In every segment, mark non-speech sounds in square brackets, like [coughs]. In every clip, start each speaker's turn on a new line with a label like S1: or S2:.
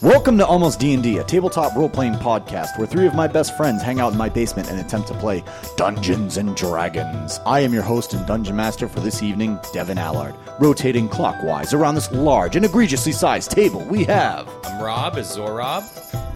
S1: Welcome to Almost D&D, a tabletop role-playing podcast where three of my best friends hang out in my basement and attempt to play Dungeons and Dragons. I am your host and dungeon master for this evening, Devin Allard. Rotating clockwise around this large and egregiously sized table, we have
S2: I'm Rob, is Zorob.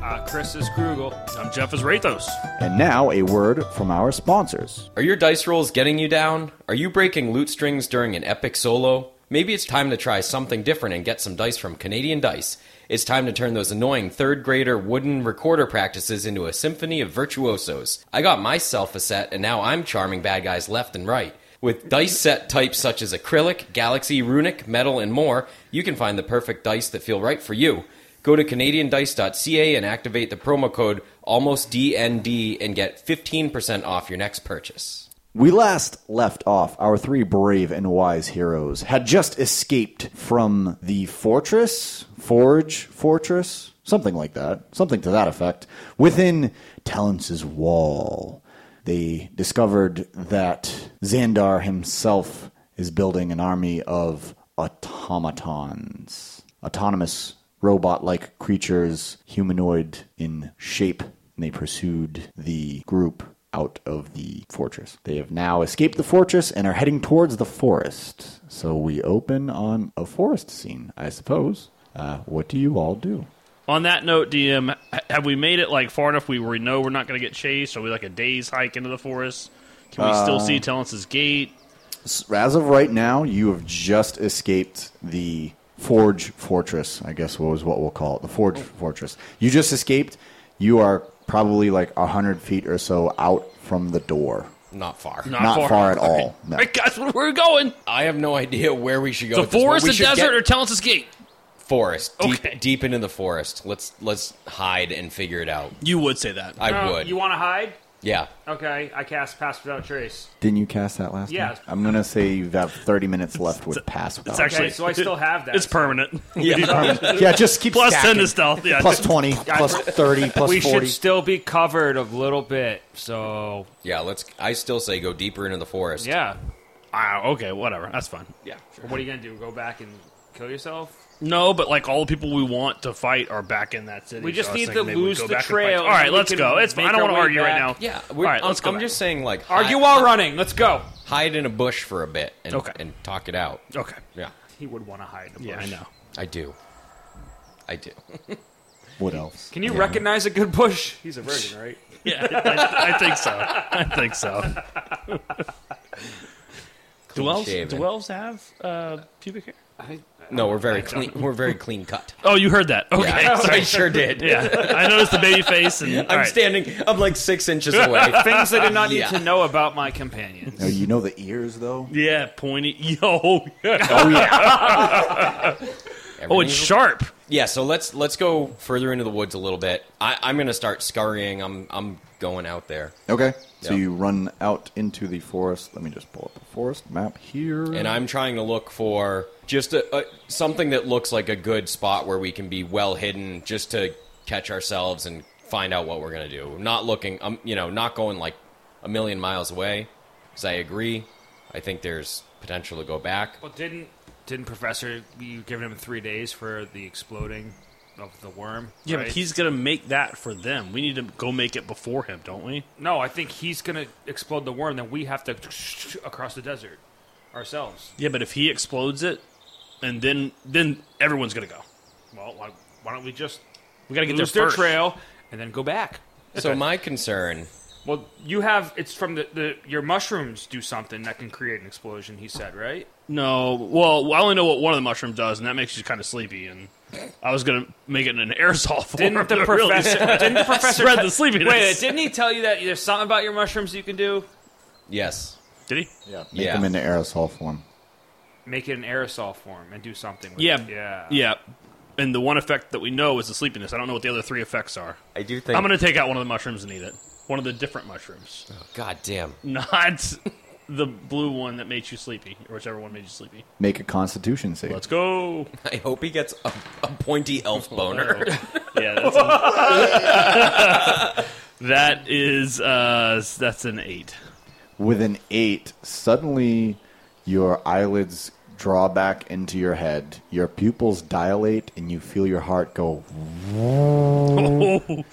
S3: Uh, Chris is Krugel. I'm Jeff is Rathos.
S1: and now a word from our sponsors.
S2: Are your dice rolls getting you down? Are you breaking loot strings during an epic solo? Maybe it's time to try something different and get some dice from Canadian Dice. It's time to turn those annoying third grader wooden recorder practices into a symphony of virtuosos. I got myself a set, and now I'm charming bad guys left and right. With dice set types such as acrylic, galaxy, runic, metal, and more, you can find the perfect dice that feel right for you. Go to CanadianDice.ca and activate the promo code ALMOSTDND and get 15% off your next purchase.
S1: We last left off. Our three brave and wise heroes had just escaped from the fortress, forge, fortress, something like that, something to that effect, within Talence's wall. They discovered that Xandar himself is building an army of automatons, autonomous robot like creatures, humanoid in shape, and they pursued the group out of the fortress. They have now escaped the fortress and are heading towards the forest. So we open on a forest scene, I suppose. Uh, what do you all do?
S3: On that note, DM, h- have we made it like far enough we, we know we're not going to get chased? Are we like a day's hike into the forest? Can we still see
S1: Um,
S3: Talence's gate?
S1: S- As of right now, you have just escaped the Forge Fortress. I guess what was what we'll call it, the Forge Fortress. You just escaped. You are probably like a hundred feet or so out from the door.
S2: Not far.
S3: Not-
S1: Not
S3: far.
S1: far at all. No.
S3: Right, guys, where we're
S4: Oh,
S3: going?
S2: I have no idea where we should go.
S3: The
S2: with this, but
S3: forest,
S2: we
S3: the
S2: should
S3: desert,
S2: get-
S3: or Talence's gate?
S2: forest. Deep,
S3: Okay.
S2: deep into the forest. Let's let's hide and figure it out.
S4: You would say that.
S2: I would.
S3: want to hide?
S2: yeah.
S3: Okay, I cast Pass Without Trace.
S1: Didn't you cast that last?
S3: Yeah.
S1: time? I'm gonna say you have 30 minutes left with pass. Without
S4: actually- Okay,
S3: so I still have that.
S4: It's permanent.
S3: [laughs]
S1: yeah, just keep
S3: Plus
S1: stacking.
S3: 10 to stealth. Yeah.
S1: plus 20, plus 30, plus
S5: we
S1: 40.
S5: should still be covered a little bit. So
S2: Yeah, let's I still say go deeper into the forest.
S5: yeah,
S4: Ah, okay, whatever. That's fine.
S3: yeah.
S5: what are you gonna do? Go back and kill yourself?
S4: No, but like all the people we want to fight are back in that city.
S5: We just
S4: so I was
S5: need
S4: thinking
S5: to
S4: maybe we
S5: lose
S4: go
S5: the
S4: back and
S5: trail
S4: fight.
S5: and
S4: All right,
S5: we
S4: let's
S5: can
S4: go. It's fine. I
S5: make
S4: don't want to
S5: our way
S4: argue right now.
S5: back.
S2: Yeah.
S4: All
S2: We're,
S4: right,
S2: I'm,
S4: let's go.
S2: I'm
S4: back.
S2: just saying like
S5: Are you
S2: hide-
S5: all running? Let's go.
S2: hide in a bush for a bit and
S4: Okay.
S2: and talk it out.
S4: okay.
S2: Yeah.
S5: He would want to hide. In a
S4: Yeah, I
S5: bush.
S4: know.
S2: I do. I do.
S1: what else?
S5: Can you recognize a good bush? He's a virgin, right?
S4: Yeah, I, I think so. I think [laughs] so. Do elves,
S2: shaven.
S4: do elves have uh, pubic hair?
S2: No, we're very clean. We're very clean
S4: [laughs]
S2: cut.
S4: Oh, you heard that. Okay.
S2: [laughs] Yeah, I
S5: [laughs]
S4: Sorry.
S2: sure did.
S4: Yeah. I noticed the baby face and all
S2: I'm
S4: right.
S2: standing. I'm like six inches
S4: [laughs]
S2: away.
S5: Things I did not need
S2: Yeah.
S5: to know about my companions.
S1: No, you know the ears, though?
S4: Yeah, pointy. [laughs] Yo.
S1: Oh, yeah.
S4: Oh, it's
S2: Everything's-
S4: sharp.
S2: Yeah, so let's let's go further into the woods a little bit. I, I'm gonna start scurrying. I'm I'm going out there,
S1: Okay. So
S2: Yeah.
S1: you run out into the forest. Let me just pull up the forest map here.
S2: and I'm trying to look for just a, a something that looks like a good spot where we can be well hidden, just to catch ourselves and find out what we're gonna do. Not looking, um, you know, not going like a million miles away. Because I agree, I think there's potential to go back.
S5: [laughs] Well, didn't didn't Professor you given him three days for the exploding of the worm?
S4: Yeah,
S5: right?
S4: but he's gonna make that for them. We need to go make it before him, don't we?
S5: no. I think he's gonna explode the worm. Then we have to [sniffs] across the desert ourselves.
S4: Yeah, but if he explodes it, and then then everyone's gonna go.
S5: Well, why, why don't we just
S4: We gotta get
S5: lose
S4: there
S5: their
S4: first.
S5: trail and then go back?
S2: So my concern,
S5: Well, you have it's from the, the your mushrooms do something that can create an explosion. He said, right?
S4: No, well, I only know what one of the mushrooms does, and that makes you kind of sleepy. And I was gonna make it in an [laughs] aerosol form.
S5: Didn't the
S4: but really-
S5: professor? Didn't the professor
S4: Spread the
S5: te-
S4: sleepiness.
S5: Wait, didn't he tell you that there's something about your mushrooms you can do?
S2: yes,
S4: Did he?
S1: yeah. Make
S2: Yeah.
S1: them into aerosol form.
S5: Make it an aerosol form and do something. With
S4: Yeah,
S5: it. yeah,
S4: yeah. And the one effect that we know is the sleepiness. I don't know what the other three effects are.
S2: I do think.
S4: I'm gonna take out one of the mushrooms and eat it. One of the different mushrooms,
S2: God damn.
S4: [laughs] not the blue one that makes you sleepy, or whichever one made you sleepy.
S1: Make a constitution save.
S4: Let's
S5: [laughs]
S4: go.
S2: I hope he gets a, a pointy [laughs] elf boner.
S4: Yeah, that's [laughs] that is uh, that's an eight.
S1: With an eight, suddenly your eyelids draw back into your head. Your pupils dilate, and you feel your heart go.
S4: Oh,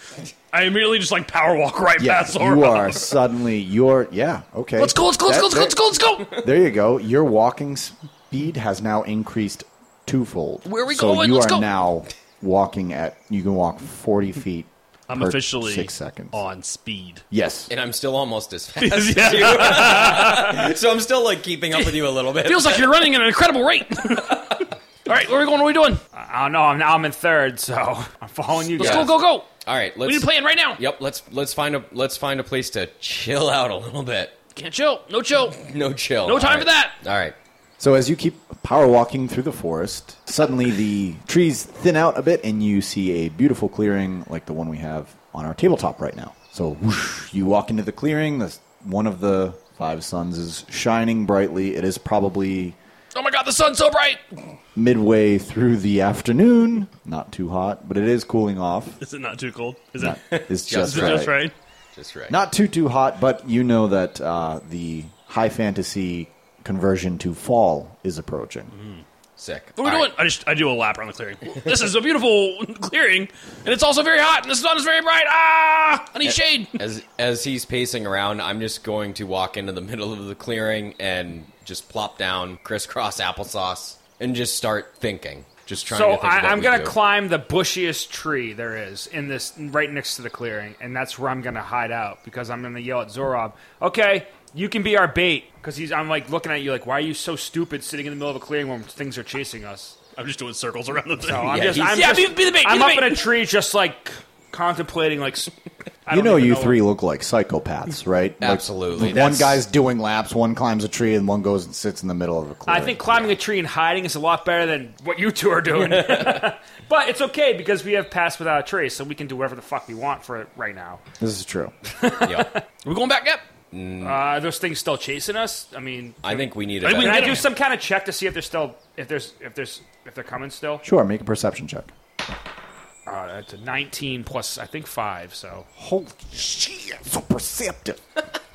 S4: I immediately just like power walk right
S1: Yeah,
S4: past Zoro.
S1: you are suddenly. You're yeah. Okay.
S4: Let's go, let's go, let's go, let's
S1: That-
S4: go, let's go, let's go.
S1: There you go. Your walking speed has now increased twofold.
S4: Where are we
S1: so
S4: going?
S1: You
S4: Let's
S1: are
S4: go.
S1: now walking at. You can walk forty feet.
S4: I'm
S1: per
S4: officially
S1: six seconds.
S4: on
S1: [laughs]
S4: speed.
S1: Yes.
S2: and I'm still almost as fast as you. so I'm still like keeping up with you a little bit.
S4: Feels like you're running at an incredible
S2: [laughs]
S4: rate. All right, where are we going? What are we doing?
S5: I don't know. I'm, now I'm in third, so [laughs] I'm following you
S4: Let's
S5: guys.
S4: go, go, go.
S2: All right, let's
S4: We need to play in right now.
S2: Yep, let's let's find a let's find a place to chill out a little bit.
S4: Can't chill. No chill.
S2: No chill.
S4: No time
S2: All
S4: for
S2: right.
S4: that.
S2: All right.
S1: So as you keep power walking through the forest, suddenly the trees thin out a bit, and you see a beautiful clearing like the one we have on our tabletop right now. So whoosh, you walk into the clearing. This one of the five suns is shining brightly. It is probably
S4: Oh my god, the sun's so bright.
S1: midway through the afternoon. Not too hot, but it is cooling
S5: [laughs]
S1: off.
S4: Is it not too cold? Is
S1: Not-
S4: [laughs]
S1: It's just, right.
S2: Just
S4: right?
S2: Just right.
S1: Not too too hot, but you know that uh, the high fantasy conversion to fall is approaching.
S5: Mm-hmm.
S2: sick.
S4: What are we
S2: All
S4: doing? I just I do a lap around the clearing. this is a beautiful [laughs] clearing, and it's also very hot, and the sun is very bright. Ah, I need shade.
S2: right. As as he's pacing around, I'm just going to walk into the middle of the clearing and just plop down, crisscross applesauce, and just start thinking. Just trying
S5: So
S2: to think of what
S5: I, I'm
S2: we
S5: gonna
S2: do.
S5: climb the bushiest tree there is in this right next to the clearing, and that's where I'm gonna hide out because I'm gonna yell at Zorob. Okay, you can be our bait because he's. I'm like looking at you like, why are you so stupid sitting in the middle of a clearing when things are chasing us?
S4: I'm just doing circles around the thing.
S5: So I'm
S2: Yeah,
S5: just.
S2: he's-
S5: I'm
S4: yeah,
S5: just,
S4: be- be the bait, be
S5: I'm
S4: the
S5: up
S4: bait.
S5: in a tree, just like contemplating, like. s- I
S1: You
S5: don't
S1: know,
S5: even
S1: you three look like psychopaths, right? Like,
S2: Absolutely.
S1: one
S2: That's-
S1: guy's doing laps, one climbs a tree, and one goes and sits in the middle of a
S5: I
S1: clearing.
S5: think climbing a tree and hiding is a lot better than what you two are doing. [laughs] but it's okay because we have passed without a trace, so we can do whatever the fuck we want for it right now.
S1: this is true.
S2: Yep.
S4: We're going back up.
S5: Uh, are those things still chasing us? I mean,
S2: I think we
S4: [laughs]
S2: need a
S4: I think we
S5: Can
S2: better-
S5: I
S4: Get
S5: do
S4: 'em.
S5: some kind of check to see if they're still if there's if there's if they're coming still?
S1: Sure, make a perception check.
S5: Uh, that's a 19 plus I think five. So
S1: Holy shit, so perceptive.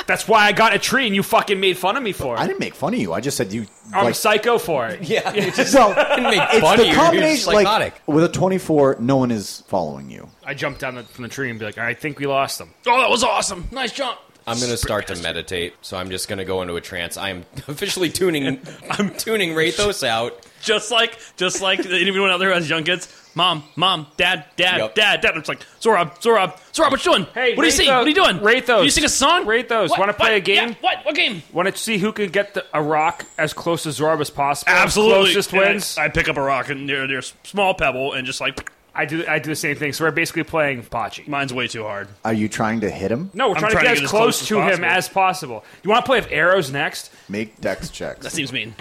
S5: that's why I got a tree and you fucking made fun of me for
S1: I
S5: it.
S1: didn't make fun of you. I just said you.
S5: I'm
S1: like,
S5: psycho for
S2: [laughs]
S5: it.
S2: Yeah.
S4: [laughs]
S2: you just
S1: [laughs] well,
S2: didn't make
S1: it's
S2: fun
S1: the
S2: of you, you're just
S1: combination.
S2: psychotic.
S1: Like, with a 24, no one is following you.
S5: I jumped down the, from the tree and be like, I think we lost them.
S4: Oh, that was awesome. Nice jump.
S2: I'm gonna start to meditate, so I'm just gonna go into a trance. I'm [laughs] officially [laughs] tuning. I'm tuning Rathos out.
S4: Just like, just
S5: [laughs]
S4: like anyone out there who has young kids. Mom, mom, dad, dad,
S2: Yep.
S4: dad, dad. I'm just like, Zorob, Zorob, Zorob, what you doing?
S5: Hey,
S4: what do you see?
S5: Rathos-
S4: What are you doing?
S5: Rathos.
S4: Do you sing a song?
S5: Rathos,
S4: What?
S5: wanna play
S4: What?
S5: a game?
S4: Yeah, what? What game?
S5: Want to see who can get the, a rock as close to Zorb as possible?
S4: [laughs] Absolutely.
S5: closest
S4: And I-
S5: wins.
S4: I, pick up a rock and near near s- small pebble and just like
S5: I do I do the same thing. So we're basically playing bocce.
S4: mine's way too hard.
S1: Are you trying to hit him?
S5: No, we're
S4: I'm
S5: trying, to get, as close,
S4: as
S5: to him
S4: possible.
S5: as possible. You want to play with arrows next? [laughs]
S1: Make dex
S4: That
S1: checks.
S4: seems mean.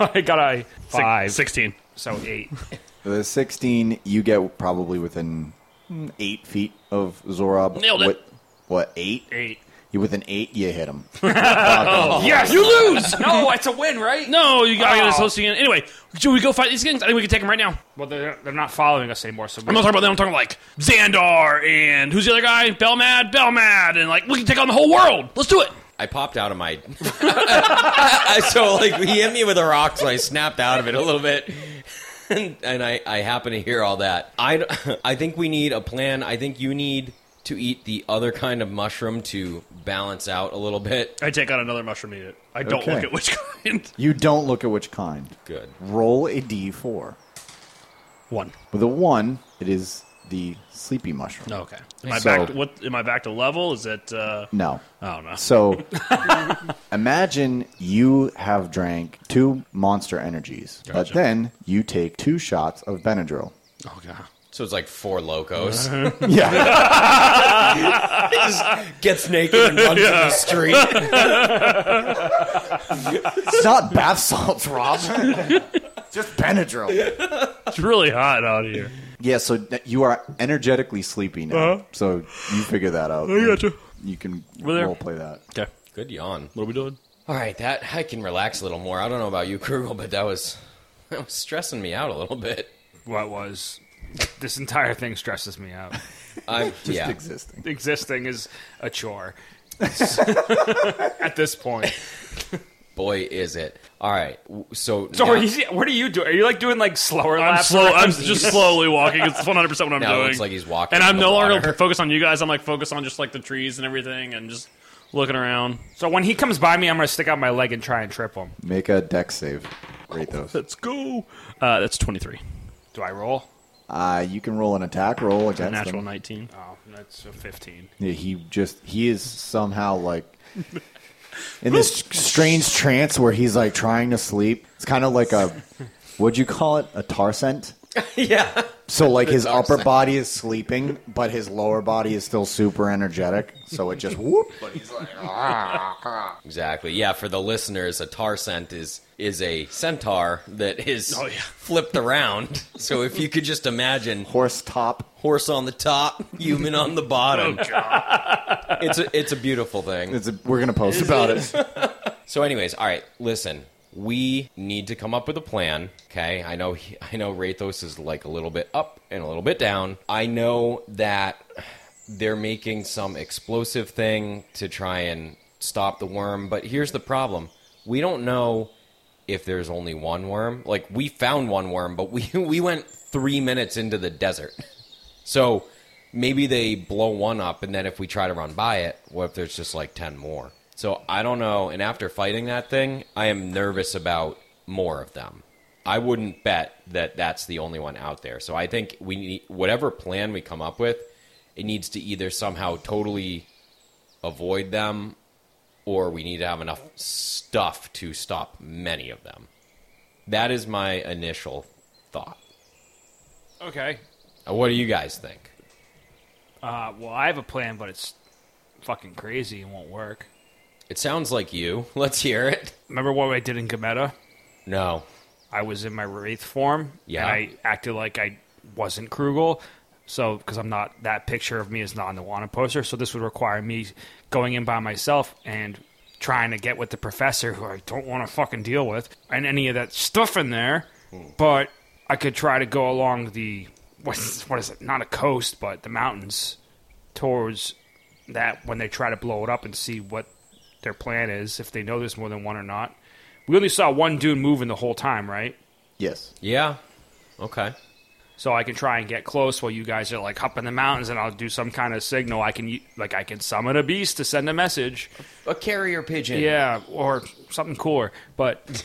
S5: I got a
S4: Six-
S5: five,
S4: Sixteen.
S5: so eight.
S1: The 16, you get probably within mm, eight feet of Zorob.
S4: Nailed it.
S1: What, what, eight?
S5: Eight.
S1: You With an eight, you hit him.
S5: Yes, you lose. no, it's a win, right?
S4: No, you got
S5: Oh.
S4: to get close to again. Anyway, should we go fight these things? I think we can take them right now.
S5: Well, they're, they're not following us anymore. So
S4: I'm not talking about them. I'm talking like Xandar and who's the other guy? Belmad, Belmad, and like we can take on the whole world. Let's do it.
S2: I popped out of my. [laughs] so like he hit me with a rock, so I snapped out of it a little bit, [laughs] and, and I I happen to hear all that. I I [laughs] think we need a plan. I think you need to eat the other kind of mushroom to balance out a little bit.
S4: I take out another mushroom eat it. I don't
S1: Okay.
S4: look at which [laughs] kind.
S1: You don't look at which kind.
S2: Good.
S1: Roll a d4.
S4: One.
S1: With a one, it is the sleepy mushroom.
S4: No, okay. Am I
S1: So-
S4: back? To, what? Am I back to level? Is it? Uh,
S1: No.
S4: I don't know.
S1: So [laughs] imagine you have drank two monster energies, but then you take two shots of Benadryl. [laughs]
S4: Oh god.
S2: So it's like four [laughs] locos.
S1: Yeah.
S2: He just gets naked and runs in the [laughs] street.
S1: it's not bath salts, Rob. [laughs] Just Benadryl.
S4: It's really hot out here.
S1: Yeah, so th- you are energetically sleepy now. So you figure that out. I
S4: gotcha.
S1: You can
S4: We're there.
S1: role play that.
S4: Okay.
S2: Good yawn.
S4: What are we doing?
S2: All right, that I can relax a little more. I don't know about you, [laughs] Krugel, but that was that was stressing me out a little bit.
S5: what was this entire thing stresses me out.
S2: I'm
S1: [laughs] Just
S2: yeah.
S1: existing.
S5: [laughs] Existing is a chore at this point.
S2: boy, is it. All right. w-
S4: [laughs]
S2: So,
S5: So
S2: now-
S5: are you, what are you doing? Are you like doing like slower
S4: I'm
S5: laps?
S4: slow.
S5: around
S4: I'm
S5: these?
S4: just slowly walking. It's 100 percent
S2: [laughs]
S4: what I'm
S2: Now it
S4: doing.
S2: looks like he's walking
S4: and
S2: in
S4: I'm
S2: the
S4: no
S2: water. [laughs]
S4: longer focused on you guys. I'm like focused on just like the trees and everything, and just looking around.
S5: So when he comes by me, I'm gonna stick out my leg and try and trip him.
S1: Make a deck save. Great those.
S4: Let's go. Uh, that's 23.
S5: Do I roll?
S1: Uh, you can roll an attack roll against
S4: Natural
S1: him.
S4: 19.
S5: Oh, that's a 15.
S1: Yeah, he just he is somehow like in this strange trance where he's like trying to sleep. It's kind of like a what'd you call it? A tarsent.
S2: yeah.
S1: So like his upper body is sleeping, but his lower body is still super energetic. So it just whoop. But he's like,
S2: Exactly. Yeah, for the listeners, a tar scent is is a centaur that is
S4: Oh, yeah.
S2: flipped
S4: [laughs]
S2: around. So if you could just imagine
S1: horse top.
S2: horse on the top, human on the bottom.
S4: Oh,
S2: It's a it's a beautiful thing.
S1: It's a, we're gonna post about it.
S2: So, anyways, all right. Listen, we need to come up with a plan. Okay, I know. He, I know. Rathos is like a little bit up and a little bit down. I know that they're making some explosive thing to try and stop the worm. But here's the problem: we don't know if there's only one worm. Like we found one worm, but we [laughs] we went three minutes into the desert. So maybe they blow one up, and then if we try to run by it, what if there's just like 10 more? So I don't know. And after fighting that thing, I am nervous about more of them. I wouldn't bet that that's the only one out there. So I think we need whatever plan we come up with, it needs to either somehow totally avoid them or we need to have enough stuff to stop many of them. That is my initial thought.
S5: Okay.
S2: Uh, What do you guys think?
S5: Uh, well, I have a plan, but it's fucking crazy and won't work.
S2: It sounds like you. [laughs] Let's hear it.
S5: Remember what I did in Gameta?
S2: No.
S5: I was in my wraith form.
S2: Yeah.
S5: And I acted like I wasn't Krugel. So, because I'm not, that picture of me is not on the wanted poster. So, this would require me going in by myself and trying to get with the professor, who I don't want to fucking deal with, and any of that stuff in there. But I could try to go along the, what's, what is it? Not a coast, but the mountains towards that when they try to blow it up and see what their plan is, if they know there's more than one or not. We only saw one dude moving the whole time, right?
S1: Yes.
S2: Yeah. Okay.
S5: So I can try and get close while you guys are like up in the mountains, and I'll do some kind of signal. I can u- like I can summon a beast to send a message.
S2: A carrier pigeon.
S5: Yeah, or something cooler. But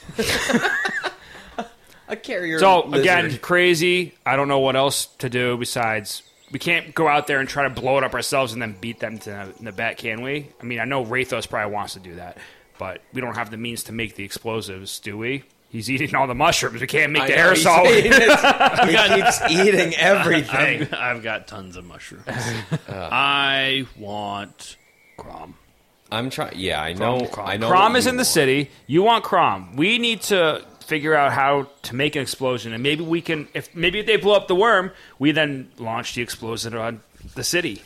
S2: A carrier.
S5: so
S2: lizard.
S5: again, crazy. I don't know what else to do besides we can't go out there and try to blow it up ourselves and then beat them to the bat, can we? I mean, I know Rathos probably wants to do that, but we don't have the means to make the explosives, do we? He's eating all the mushrooms. We can't make
S2: I
S5: the
S2: know, he's
S5: [laughs] aerosol.
S2: eating it. [laughs] He keeps eating everything.
S4: I've, I've got tons of mushrooms. [laughs] Uh. I want Crom.
S2: I'm trying. Yeah, I know. I know.
S5: Crom
S2: what
S5: is
S2: you
S5: in the
S2: want.
S5: city. You want Crom. We need to figure out how to make an explosion, and maybe we can. If maybe if they blow up the worm, we then launch the explosion on the city.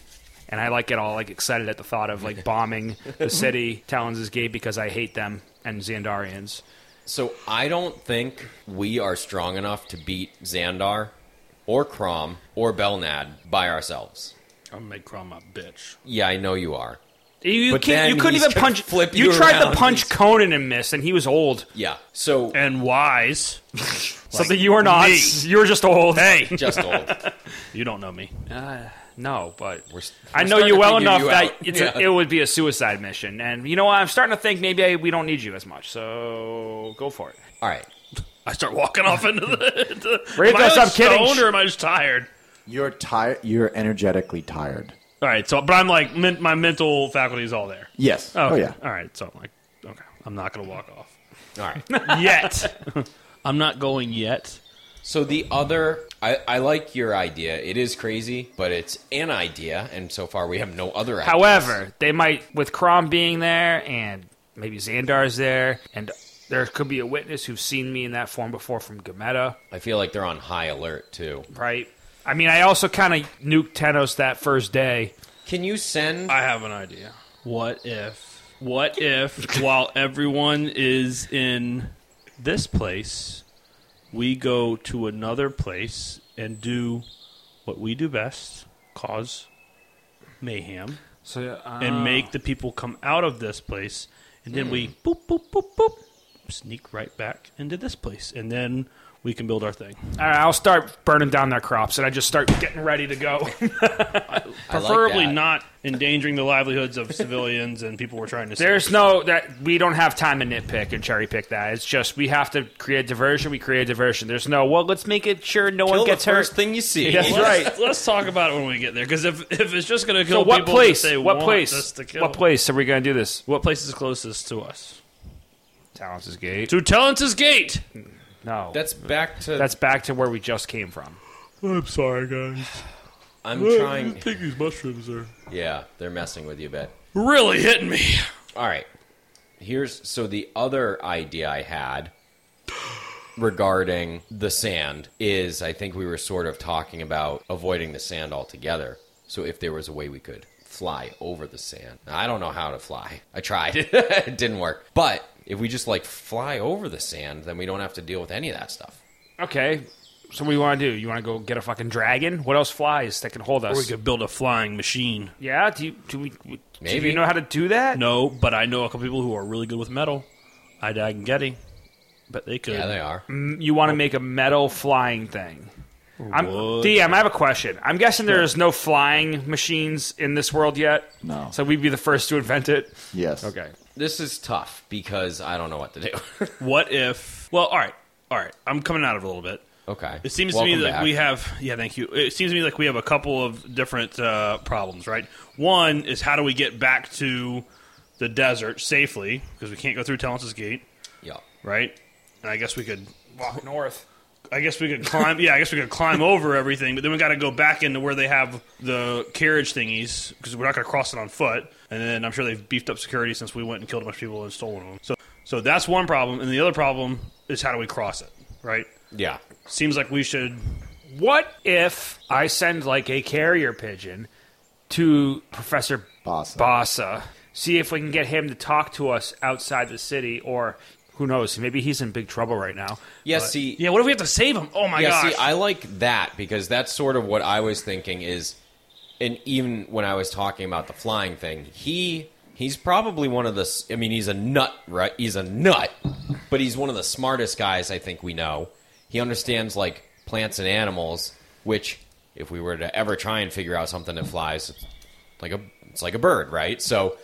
S5: And I like get all like excited at the thought
S2: [laughs]
S5: of like bombing the city, Talons is gay because I hate them and Xandarians.
S2: [laughs] So I don't think we are strong enough to beat Xandar or Crom or Belnad by ourselves.
S4: I'll make Crom my [laughs] bitch.
S2: Yeah, I know you are.
S5: You, you
S2: But
S5: can't.
S2: then
S5: You couldn't
S2: he's
S5: even
S2: gonna
S5: punch.
S2: flip
S5: you
S2: you
S5: tried
S2: around.
S5: to punch Conan and miss, and he was old.
S2: Yeah. So
S4: And wise.
S5: Something you were not.
S4: me.
S5: You were just old. [laughs] Hey,
S2: just old.
S4: You don't know me.
S5: Uh, no, but
S2: We're, s-
S5: I
S2: we're
S5: know
S2: starting
S5: you
S2: to
S5: well
S2: figure
S5: enough
S2: you
S5: that
S2: out.
S5: it's
S2: Yeah.
S5: a, it would be a suicide mission. And you know what? I'm starting to think maybe I, we don't need you as much. So go for it.
S2: All right.
S4: I start walking off into the. into-
S5: Rathos,
S4: am I
S5: I'm
S4: just
S5: kidding.
S4: stoned or am I just tired?
S1: You're tired. You're energetically tired.
S4: All right, so but I'm like men- my mental faculty is all there.
S1: Yes. Oh, yeah.
S4: All right, so I'm like, okay, I'm not gonna walk off
S2: All right.
S4: yet. [laughs] I'm not going yet.
S2: So the other, I, I like your idea. It is crazy, but it's an idea, and so far we have no other. Ideas.
S5: However, they might, with Crom being there and maybe Xandar's there, and there could be a witness who's seen me in that form before from Gameta,
S2: I feel like they're on high alert too.
S5: right? I mean, I also kind of nuked Tenos that first day.
S2: Can you send?
S4: I have an idea. What if? What if while everyone is in this place, we go to another place and do what we do best, cause mayhem,
S5: So, um,
S2: Ah. Hmm.
S4: and make the people come out of this place, and then we boop boop boop boop sneak right back into this place, and then we can build our thing.
S5: All right, I'll start burning down their crops, and I just start getting ready to go. [laughs]
S2: I like
S4: Preferably
S2: that.
S4: not endangering the livelihoods of civilians and people we're trying to.
S5: There's
S4: save.
S5: no that we don't have time to nitpick and cherry pick that. It's just we have to create diversion. We create diversion. There's no well. Let's make it sure no
S2: Kill
S5: one
S2: the
S5: gets hurt.
S2: first thing you see.
S5: That's right.
S4: Let's, let's talk about it when we get there, because if, if it's just going to
S5: So
S4: kill
S5: what
S4: people
S5: place?
S4: that they
S5: What
S4: want
S5: place?
S4: us to kill,
S5: What place are we gonna do this?
S4: What place is closest to us?
S5: Talents' gate.
S4: To Talentus Gate.
S5: No,
S2: That's back to.
S5: that's back to where we just came from.
S4: I'm sorry, guys.
S2: I'm trying.
S4: think these mushrooms are
S2: Yeah, they're messing with you, bet.
S4: really hitting me.
S2: All right. Here's so the other idea I had regarding the sand is I think we were sort of talking about avoiding the sand altogether. So if there was a way we could fly over the sand. I don't know how to fly. I tried. [laughs] it didn't work. But if we just like fly over the sand, then we don't have to deal with any of that stuff.
S5: Okay, so what do you want to do? You want to go get a fucking dragon? What else flies that can hold us?
S4: Or we could build a flying machine.
S5: yeah, do you do we? Do
S2: Maybe.
S5: you know how to do that?
S4: No, but I know a couple people who are really good with metal. I dag and Getty. But they could.
S2: Yeah, they are.
S5: You want to make a metal flying thing. I'm,
S4: Wood.
S5: DM, I have a question. I'm guessing there is no flying machines in this world yet.
S1: No.
S5: So we'd be the first to invent it.
S1: Yes.
S5: Okay.
S2: This is tough because I don't know what to do. [laughs]
S4: What if? Well, all right, all right. I'm coming out of it a little bit.
S2: okay.
S4: It seems
S2: Welcome
S4: to me
S2: back.
S4: like we have. Yeah, thank you. It seems to me like we have a couple of different uh, problems, right? One is how do we get back to the desert safely because we can't go through Talentus Gate,
S2: Yeah.
S4: right? And I guess we could.
S5: Walk north.
S4: I guess we could climb. Yeah, I guess we could climb over everything, but then we got to go back into where they have the carriage thingies because we're not going to cross it on foot. And then I'm sure they've beefed up security since we went and killed a bunch of people and stolen them. So, so that's one problem. And the other problem is how do we cross it? Right?
S2: Yeah.
S4: Seems like we should.
S5: What if I send like a carrier pigeon to Professor
S1: Bassa.
S5: Bassa? See if we can get him to talk to us outside the city, or who knows? Maybe he's in big trouble right now.
S2: Yeah, see,
S4: Yeah. What if we have to save them? Oh my
S2: yeah,
S4: gosh!
S2: see, I like that because that's sort of what I was thinking is, and even when I was talking about the flying thing, he he's probably one of the. s- I mean, he's a nut, right? He's a nut, but he's one of the smartest guys I think we know. He understands like plants and animals, which if we were to ever try and figure out something that flies, it's like a it's like a bird, right? So.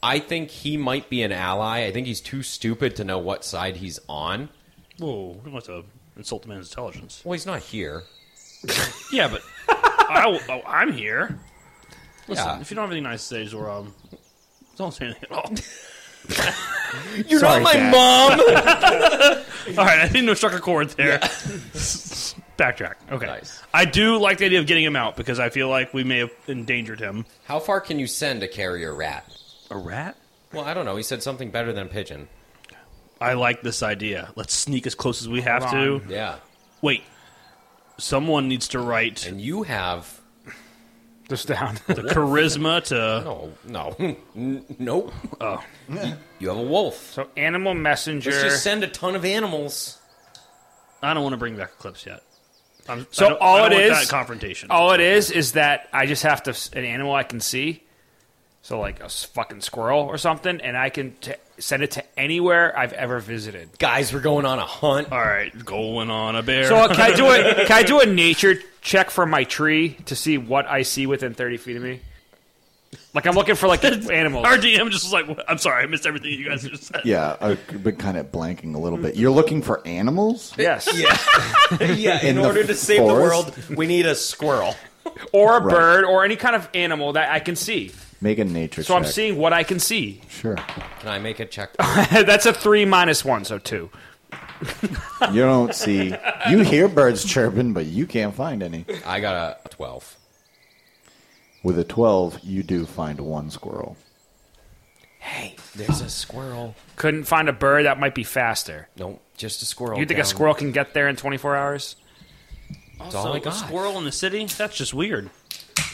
S2: I think he might be an ally. I think he's too stupid to know what side he's on.
S4: Whoa! We don't have to insult the man's intelligence.
S2: Well, he's not here.
S4: Yeah, but [laughs] I, oh, I'm here. Listen,
S2: Yeah.
S4: if you don't have anything nice to say, Zoram, don't say anything at all.
S2: You're
S1: Sorry, Dad.
S2: mom.
S4: All right, I didn't know struck a chord there. [laughs] Backtrack. Okay.
S2: Nice.
S4: I do like the idea of getting him out because I feel like we may have endangered him.
S2: How far can you send a carrier rat?
S4: A rat?
S2: Well, I don't know. He said something better than pigeon.
S4: I like this idea. Let's sneak as close as we have
S5: Hold
S4: to.
S2: Yeah.
S4: Wait. Someone needs to write
S2: And you have
S5: Just down. [laughs]
S4: the charisma to.
S2: no, no, [laughs] N- nope. Oh, you have a wolf.
S5: so animal messenger.
S2: Let's just send a ton of animals.
S4: I don't want to bring back clips yet. I'm,
S5: So
S4: I don't- I
S5: all
S4: don't
S5: it
S4: want
S5: is-
S4: that confrontation.
S5: All it is is that I just have to an animal I can see, so like a s- fucking squirrel or something, and I can t- send it to anywhere I've ever visited.
S2: Guys, we're going on a hunt.
S4: all right, going on a bear.
S5: So uh, can I do
S4: [laughs]
S5: a can I do a nature check for my tree to see what I see within thirty feet of me? Like I'm looking for
S4: [laughs]
S5: like animals.
S4: Our DM just was like, "What? I'm sorry, I missed everything you guys just said.
S1: Yeah, I've been kind of blanking a little bit. You're looking for animals?
S5: [laughs] Yes,
S2: yeah, in,
S1: the
S2: order to save
S1: forest?
S2: the world, we need a squirrel.
S5: or a bird, or any kind of animal that I can see.
S1: Make a nature
S5: So I'm
S1: check.
S5: seeing what I can see. [laughs]
S1: Sure.
S2: Can I make a [laughs] check?
S5: That's a three minus one, so two.
S1: You don't see. You hear birds chirping, but you can't find any.
S2: I got a twelve.
S1: With a 12, you do find one squirrel.
S2: Hey, there's a squirrel.
S5: Couldn't find a bird that might be faster.
S2: No, just a squirrel.
S5: You think a
S2: down.
S5: squirrel can get there in 24 hours?
S2: It's
S4: So
S2: all I
S4: like a
S2: got.
S4: squirrel in the city? That's just weird.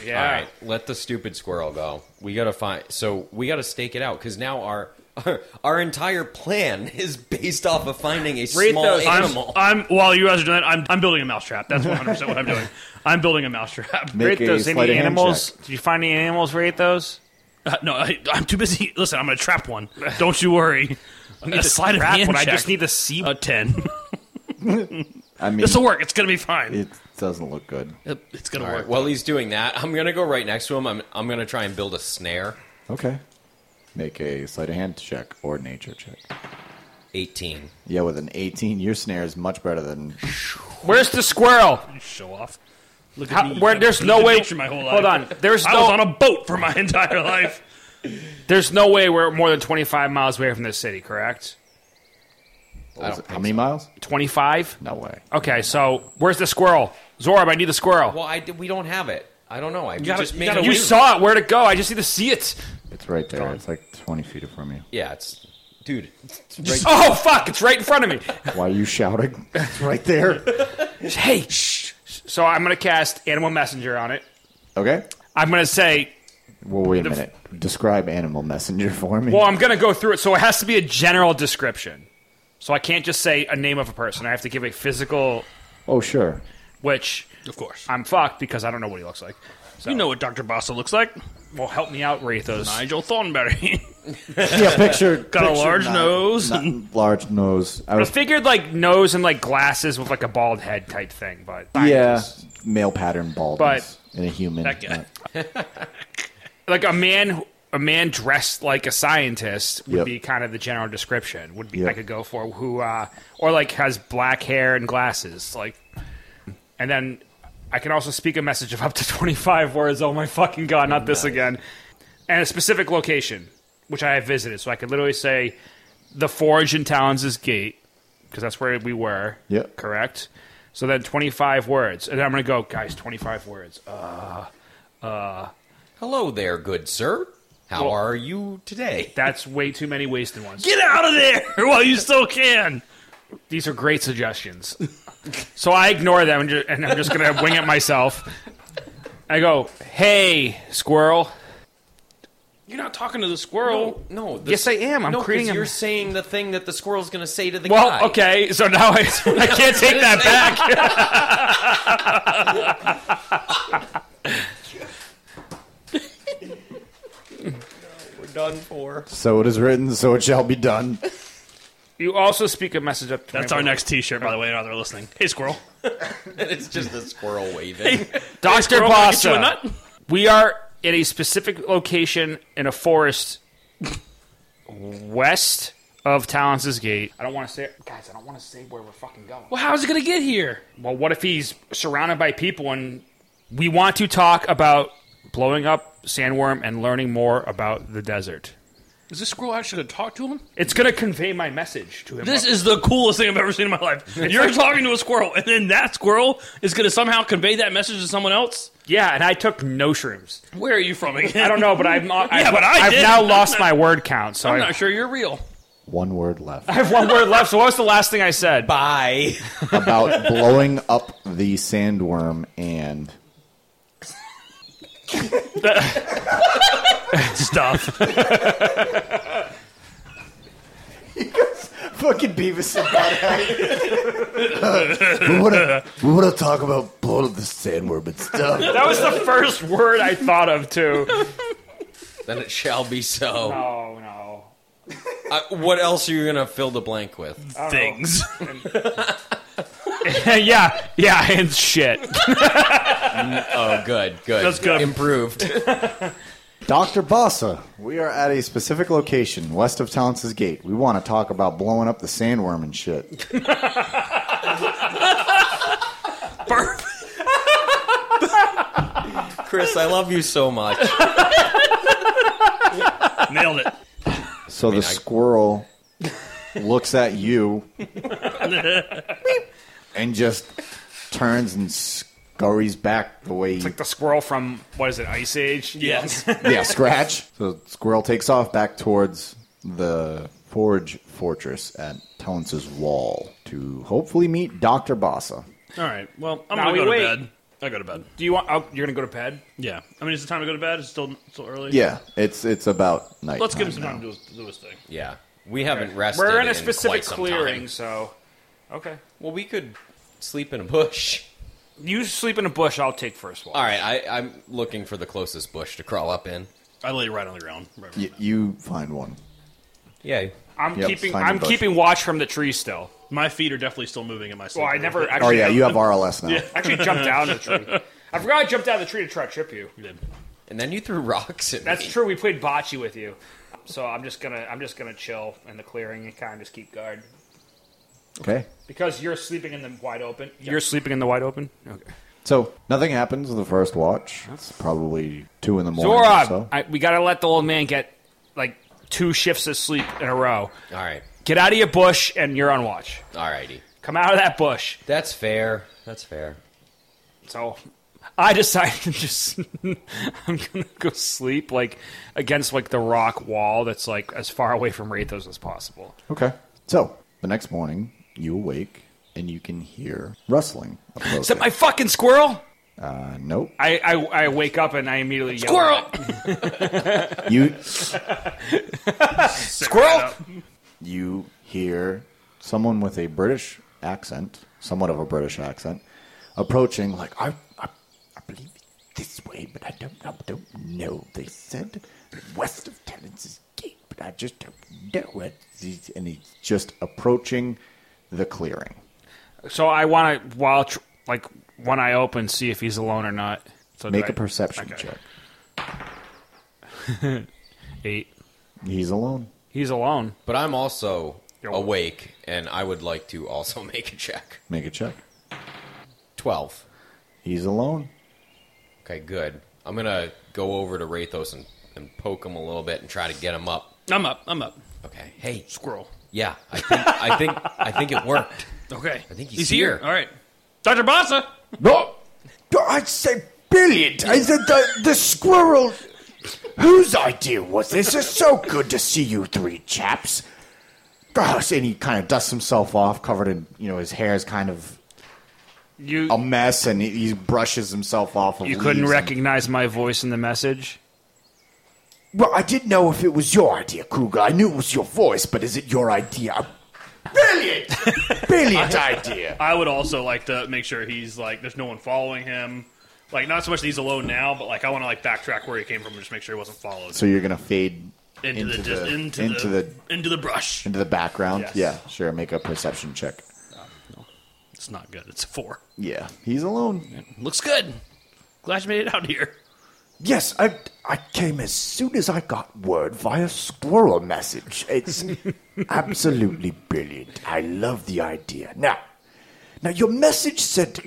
S5: Yeah.
S2: All right, let the stupid squirrel go. We gotta find. So we gotta stake it out because now our, [laughs] our entire plan is based off of finding a
S5: Read
S2: small
S5: those.
S4: I'm,
S2: animal.
S4: I'm while you guys are doing that, I'm, I'm building a mousetrap. That's 100 percent what I'm doing. I'm building a [laughs] mousetrap.
S1: Make
S5: Rate
S1: a
S5: those.
S1: sleight
S5: Any
S1: of hand
S5: animals?
S1: check.
S5: Did you find any animals? Rate those.
S4: [laughs] Uh, no, I, I'm too busy. Listen, I'm gonna trap one. Don't you worry.
S5: I need
S4: A
S5: to
S4: sleight of
S5: rap
S4: hand
S5: when I
S4: check.
S5: just need to see.
S4: a ten.
S1: I mean,
S4: This'll work. It's gonna be fine.
S1: it doesn't look good.
S4: Yep, it's gonna
S2: All
S4: work.
S2: right. While he's doing that, I'm gonna go right next to him. I'm I'm gonna try and build a snare.
S1: Okay. Make a sleight of hand check or nature check.
S2: 18.
S1: Yeah, with an 18, your snare is much better than.
S5: [laughs] Where's the squirrel?
S4: Show off. Look at
S5: How,
S4: me.
S5: where,
S4: I've
S5: there's
S4: been
S5: no
S4: in
S5: way.
S4: nature My whole life.
S5: Hold on. There's
S4: I was on
S5: no.
S4: a boat for my [laughs] entire life.
S5: There's no way we're more than 25 miles away from this city. Correct?
S2: I don't
S1: How
S2: think
S1: many miles?
S5: 25.
S1: No way.
S5: Okay, so where's the squirrel? Zorb, I need the squirrel.
S2: Well, I, we don't have it. I don't know. I
S4: gotta-
S2: just
S4: you
S2: made
S4: gotta
S2: a
S5: you
S4: wait.
S5: saw it. Where'd it go? I just need to see it.
S1: It's right there. It's like 20 feet from you.
S2: Yeah, it's dude.
S5: [laughs] Oh fuck! It's right in front of me.
S1: Why are you shouting? [laughs] It's right there.
S5: [laughs]
S4: [laughs]
S5: hey. Shh. So I'm gonna cast Animal Messenger on it.
S1: Okay.
S5: I'm gonna say.
S1: Well, wait a minute. Describe animal messenger for me.
S5: Well, I'm gonna go through it. So it has to be a general description. So I can't just say a name of a person. I have to give a physical,
S1: Oh, sure.
S5: which
S4: Of course.
S5: I'm fucked because I don't know what he looks like.
S4: You know what Dr. Bossa looks like.
S5: Well, help me out, Rathos.
S4: Nigel Thornberry.
S1: Yeah, picture.
S4: [laughs] Got a large nose.
S1: large nose. I
S5: I
S1: was.
S5: figured like nose and like glasses with like a bald head type thing, but
S1: Yeah. Male pattern baldness in a human.
S4: That guy-
S1: Uh,
S5: like a man a man dressed like a scientist would
S1: Yep.
S5: be kind of the general description would be
S1: Yep.
S5: I could go for who uh or like has black hair and glasses like and then I can also speak a message of up to 25 words oh my fucking god not this again and a specific location which I have visited so I could literally say the forge in Towns' gate because that's where we were
S1: Yep.
S5: correct so then 25 words and then I'm going to go guys 25 words
S2: Hello there, good sir. How are you today?
S5: That's way too many wasted ones.
S4: Get out of there [laughs] while you still can.
S5: These are great suggestions. so I ignore them and, ju- and I'm just going to wing it myself. I go, hey, squirrel.
S4: You're not talking to the squirrel.
S2: No. The,
S5: Yes, I am. I'm
S2: no, 'cause
S5: creating a-
S2: You're saying the thing that the squirrel's gonna say to the
S5: Well,
S2: guy.
S5: okay, so now I, [laughs] I can't take that
S4: [laughs]
S5: back.
S2: We're done for.
S1: So it is written, so it shall be done.
S5: You also speak a message up to
S4: That's our next T-shirt, by the way. Now they're listening. Hey, squirrel.
S2: And it's just a squirrel waving.
S5: Dr.
S4: Squirrel, can I get you a
S5: Bossa.
S4: nut?
S5: We are in a specific location in a forest west of Talons' Gate. I don't want to say, guys, I don't want to say where we're fucking going.
S4: Well, how's it gonna get here?
S5: Well, what if he's surrounded by people and we want to talk about blowing up Sandworm and learning more about the desert?
S4: Is this squirrel actually gonna talk to him?
S5: It's going to convey my message to him.
S4: This is the coolest thing I've ever seen in my life.
S1: [laughs]
S4: You're talking to a squirrel, and then that squirrel is gonna somehow convey that message to someone else.
S5: yeah, and I took no shrooms.
S4: Where are you from again?
S5: I don't know, but I've, not, I've,
S4: [laughs] Yeah, but I
S5: have
S4: did.
S5: now
S4: I'm
S5: lost
S4: not-
S5: my word count. So
S4: I'm
S5: I
S4: not sure you're real.
S1: One word
S4: [laughs]
S1: left
S5: [laughs] I have one word left. So what was the last thing I said?
S2: Bye. [laughs]
S1: about blowing up the sandworm and.
S5: [laughs]
S4: Stuff.
S1: Fucking Beavis and Butthead. [laughs] we want to talk about blowing up the sandworm and
S4: [laughs]
S1: stuff.
S5: That was the first word I thought of too.
S2: then it shall be so.
S5: Oh no.
S2: Uh, what else are you gonna fill the blank with?
S4: Things.
S5: [laughs] yeah, yeah, and shit.
S2: Oh, good, good.
S4: That's good.
S2: Improved. [laughs]
S1: Dr. Bassa, we are at a specific location west of Talence's Gate. We want to talk about blowing up the sandworm and shit.
S4: Burp.
S2: Chris, I love you so
S5: [laughs]
S2: much.
S4: Nailed it.
S1: So the squirrel looks at you and just turns and scurries back the way he
S5: Like the squirrel from what is it, Ice Age?
S4: Yes.
S1: yeah, scratch. So squirrel takes off back towards the forge fortress at Talence's wall to hopefully meet Doctor Bassa.
S4: All right. Well, I'm
S5: Now
S4: gonna
S5: we
S4: go to
S5: wait.
S4: bed. I go to bed.
S5: Do you want? Oh, you're gonna go to bed.
S4: Yeah. I mean, is it time to go to bed? It's still still early.
S1: Yeah, it's it's about night.
S4: Let's give him some time to do his, do his thing.
S2: Yeah, we haven't rested.
S5: We're in a
S2: in
S5: specific
S2: quite some
S5: clearing,
S2: time.
S5: so okay.
S2: Well, we could sleep in a bush. [laughs]
S5: You sleep in a bush. I'll take first watch.
S2: All right, I, I'm looking for the closest bush to crawl up in.
S4: I lay right on the ground. Right, right
S1: Y- you find one.
S2: Yay.
S5: I'm
S1: Yep,
S5: keeping
S1: Simon
S5: I'm
S1: Bush.
S5: keeping watch from the tree still.
S4: My feet are definitely still moving in my sleep.
S5: Well, I never
S1: Oh
S5: actually
S1: yeah, you have RLS now.
S5: actually jumped down the
S4: [laughs]
S5: tree. I forgot I jumped out of the tree to try to trip you.
S2: And then you threw [laughs] rocks at
S5: That's
S2: me.
S5: true. We played bocce with you, so I'm just gonna I'm just gonna chill in the clearing and kind of just keep guard
S1: Okay.
S5: because you're sleeping in the wide open. You're sleeping in the wide open. Okay.
S1: So nothing happens in the first watch. It's probably two in the morning. or
S5: Zorab,
S1: so.
S5: I, we gotta let the old man get like two shifts of sleep in a row.
S2: All right.
S5: Get out of your bush and you're on watch.
S2: All righty.
S5: Come out of that bush.
S2: That's fair. That's fair.
S5: So I decided to just [laughs] I'm gonna go sleep like against like the rock wall that's like as far away from Rathos as possible.
S1: Okay. So the next morning, you awake and you can hear rustling. approaching.
S5: Is that my fucking squirrel?
S1: uh, nope.
S5: I, I, I wake up and I immediately yell
S2: Squirrel!
S5: at it.
S1: You
S5: Squirrel!
S1: you hear someone with a British accent, somewhat of a British accent, approaching. Like I, I, I believe it's this way, but I don't, I don't know. They said west of Terrence's Gate, but I just don't know it. And he's just approaching the clearing.
S5: So I want to while tr- like one eye open, see if he's alone or not. So
S1: Make
S5: a
S1: a perception check.
S5: Eight.
S1: He's alone.
S5: He's alone.
S2: But I'm also
S5: You're welcome.
S2: awake, and I would like to also [laughs] make a check.
S1: Make a check.
S2: 12.
S1: He's alone.
S2: Okay, good. I'm going to go over to Rathos and, and poke him a little bit and try to get him up.
S4: I'm up. I'm up.
S2: Okay. Hey,
S4: Squirrel.
S2: yeah, I think I think I think it worked.
S4: Okay.
S2: I think he's here.
S4: All right. Dr. Bassa.
S1: No! I say brilliant! I said the, the squirrel. Whose idea was this? It's so good to see you three chaps. Gosh, and he kind of dusts himself off, covered in, you know, his hair is kind of
S5: You
S1: a mess, and he, he brushes himself off. Of
S5: you
S1: leaves
S5: couldn't
S1: and-
S5: recognize my voice in the message.
S1: Well, I didn't know if it was your idea, Kruger. I knew it was your voice, but is it your idea? Brilliant! Brilliant idea!
S4: I would also like to make sure he's like, there's no one following him. Like, not so much that he's alone now, but like, I want to like backtrack where he came from and just make sure he wasn't followed.
S1: So you're going to fade
S4: into, the, dis- into,
S1: into
S4: the,
S1: the
S4: into the brush.
S1: into the background.
S4: Yes.
S1: Yeah, sure. Make a perception check.
S4: It's not good. It's a four.
S1: Yeah, he's alone.
S4: Looks good. Glad you made it out here.
S1: Yes, I I came as soon as I got word via squirrel message.
S5: [laughs]
S1: It's absolutely brilliant. I love the idea. Now, now your message
S5: [laughs]
S1: said,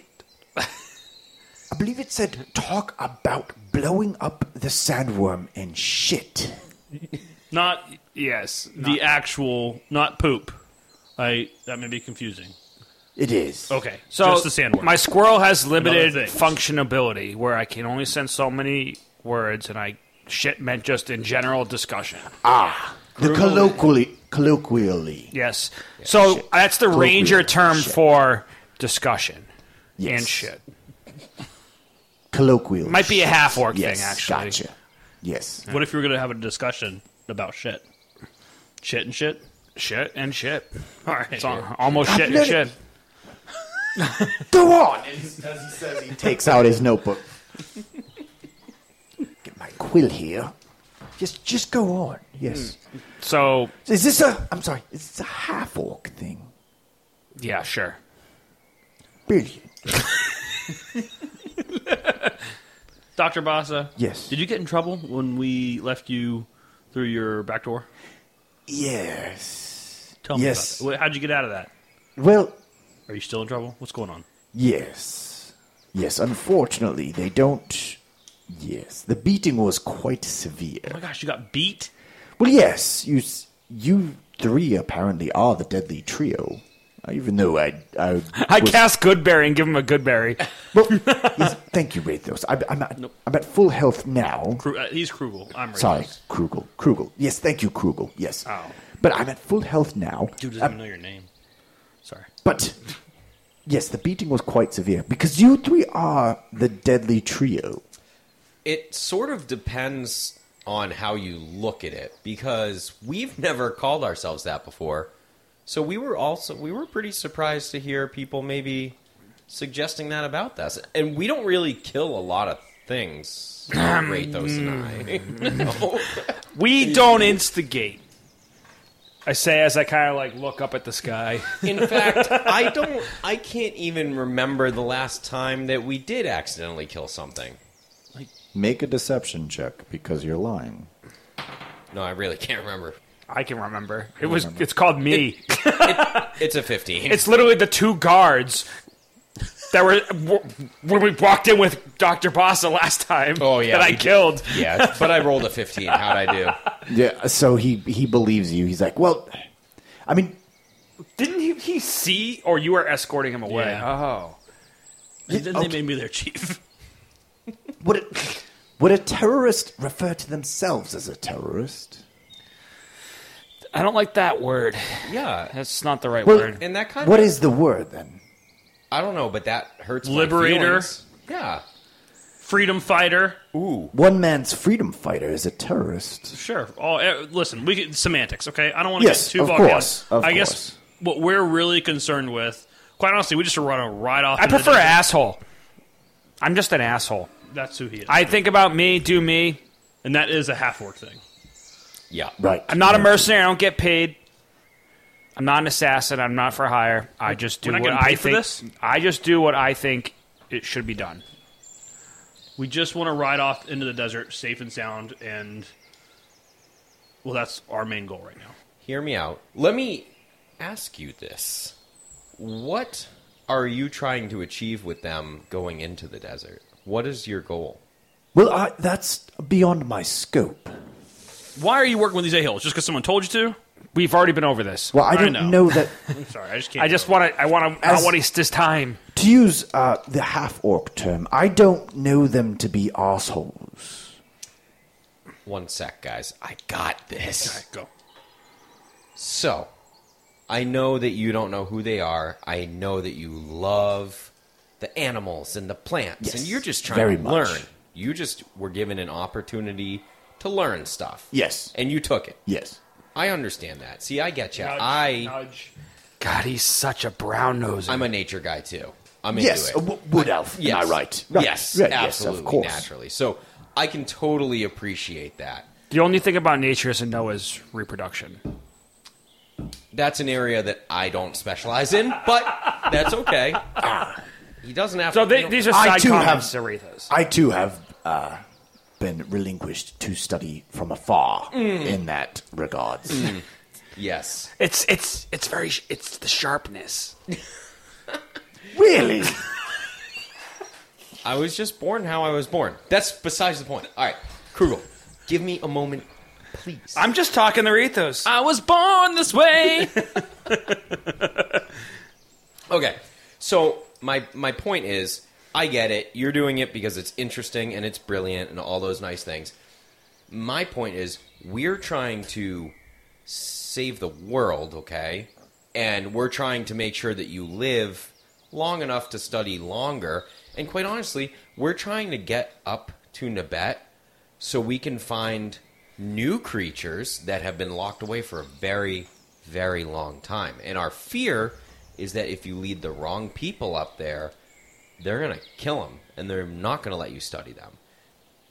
S1: I believe it said, talk about blowing up the sandworm and shit.
S4: Not
S5: Yes.
S4: the actual, not poop. I that may be confusing.
S1: It is.
S4: Okay,
S5: So
S4: just the sandworm.
S5: My squirrel has limited
S4: Another thing.
S5: functionability where I can only send so many words, and I shit meant just in general discussion.
S1: The colloquially, colloquially,
S5: Yes. So that's the ranger term
S1: Shit.
S5: for discussion
S1: yes,
S5: and shit.
S1: colloquially
S5: Might be a half orc
S1: yes,
S5: thing actually.
S1: Gotcha. Yes.
S4: what if you were going to have a discussion about shit? Shit and shit.
S5: Shit and shit.
S4: All right.
S5: It's al- almost shit and
S1: let
S5: shit.
S1: it- Go on! And as he says, he [laughs] takes out his notebook. Get my quill here. Just, just go on. Yes.
S5: So
S1: Is this a? I'm sorry. Is this a half orc thing?
S5: yeah, sure.
S1: Brilliant.
S4: Doctor Bassa.
S1: Yes.
S4: Did you get in trouble when we left you through your back door?
S1: Yes.
S4: Tell me
S1: Yes.
S4: about it. Wh- How'd you get out of that?
S1: Well,
S4: Are you still in trouble? What's going on?
S1: yes, yes. Unfortunately, they don't. Yes, the beating was quite severe.
S4: Oh my gosh, you got beat.
S1: Well, yes, you s- you three apparently are the deadly trio. Uh, Even though I I,
S5: I
S1: was-
S5: cast Goodberry and give him a Goodberry.
S1: Well, [laughs] yes, thank you, Rathos. I, I'm at, I'm at full health now.
S4: [laughs] Cru- uh, he's Krugel. I'm racist.
S1: Sorry, Krugel. Krugel. Yes, thank you, Krugel. Yes. But I'm at full health now.
S4: Dude doesn't even know your name. Sorry.
S1: But yes, the beating was quite severe because you three are the deadly trio.
S2: It sort of depends on how you look at it because we've never called ourselves that before. So we were also we were pretty surprised to hear people maybe suggesting that about us. And we don't really kill a lot of things, Rathos and I. No.
S5: We don't instigate. I say as I kind of like look up at the sky.
S2: [laughs] In fact, I don't. I can't even remember the last time that we did accidentally kill something.
S1: Make a deception check because you're lying.
S2: No, I really can't remember.
S5: I can remember. It was. It's called me.
S2: It's a fifteen.
S5: It's literally the two guards that were when we walked in with Doctor Bossa last time.
S2: Oh, yeah,
S5: that I
S2: we did.
S5: killed.
S2: yeah, but I rolled a fifteen. How'd I do?
S1: Yeah. So he he believes you. He's like, well, I mean,
S5: Didn't he, he see or you were escorting him away?
S4: Yeah.
S5: Oh,
S4: And then they made me their chief.
S1: would it would a terrorist refer to themselves as a terrorist?
S5: I don't like that word.
S2: Yeah,
S5: That's not the right
S1: Well-
S5: word.
S2: and that kind
S1: What
S2: of
S1: is the word then?
S2: I don't know, but that hurts. my
S4: Liberator.
S2: feelings. yeah.
S4: Freedom fighter.
S2: Ooh.
S1: One man's freedom fighter is a terrorist.
S4: Sure. All, eh, listen, we get semantics, okay? I don't want to
S1: Yes,
S4: get too
S1: of
S4: bogged down.
S1: course, of
S4: I
S1: course.
S4: guess what we're really concerned with, quite honestly, we just run right off.
S5: I
S4: into the
S5: prefer
S4: desert.
S5: asshole. I'm just an asshole.
S4: That's who he is,
S5: I think about me, do me.
S4: and that is a half orc thing.
S2: Yeah.
S1: Right.
S5: I'm not a mercenary. I don't get paid. I'm not an assassin. I'm not for hire. I just do
S4: We're not
S5: what
S4: getting paid
S5: I
S4: for
S5: think.
S4: this?
S5: I just do what I think it should be done.
S4: We just want to ride off into the desert, safe and sound, and well, that's our main goal right now.
S2: Hear me out. Let me ask you this: What are you trying to achieve with them going into the desert? What is your goal?
S1: Well, I, that's beyond my scope.
S4: Why are you working with these a holes? Just because someone told you to?
S5: We've already been over this.
S1: Well, I
S4: I
S1: don't
S4: know.
S1: know that.
S4: I'm sorry, I just can't.
S5: I just want to. I want to. I
S1: As-
S5: want to waste this time.
S1: To use uh, the half orc term, I don't know them to be assholes.
S2: One sec, guys. I got this.
S4: go.
S2: So, I know that you don't know who they are. I know that you love the animals and the plants,
S1: Yes,
S2: and you're just trying
S1: very
S2: to
S1: much.
S2: learn. You just were given an opportunity to learn stuff.
S1: Yes.
S2: and you took it.
S1: Yes.
S2: I understand that. See, I get you. I
S5: God, he's such a brown nose.
S2: I'm a nature guy too. I'm into
S1: Yes.
S2: it.
S1: a wo- wood elf.
S2: Yes.
S1: Am I right? Right.
S2: Yes,
S1: Right,
S2: absolutely,
S1: Yes, of course.
S2: naturally. So I can totally appreciate that.
S5: The only thing about nature is to know is reproduction.
S2: That's an area that I don't specialize in, but that's okay. He doesn't have to.
S5: So
S2: you
S5: they,
S2: know-
S5: these are
S1: I
S5: side
S1: too
S5: comments,
S1: have-
S5: Sarithas.
S1: I too have uh, been relinquished to study from afar in that regards.
S2: yes.
S5: It's it's it's very. sh- It's the sharpness.
S1: Really?
S2: I was just born how I was born. That's besides the point. All right, Krugel, give me a moment, please.
S5: I'm just talking the Rethos.
S4: I was born this [laughs] way.
S2: Okay. So my my point is, I get it. You're doing it because it's interesting and it's brilliant and all those nice things. My point is, we're trying to save the world, okay? And we're trying to make sure that you live long enough to study longer. And quite honestly, we're trying to get up to Nibet so we can find new creatures that have been locked away for a very, very long time. And our fear is that if you lead the wrong people up there, they're going to kill them and they're not going to let you study them.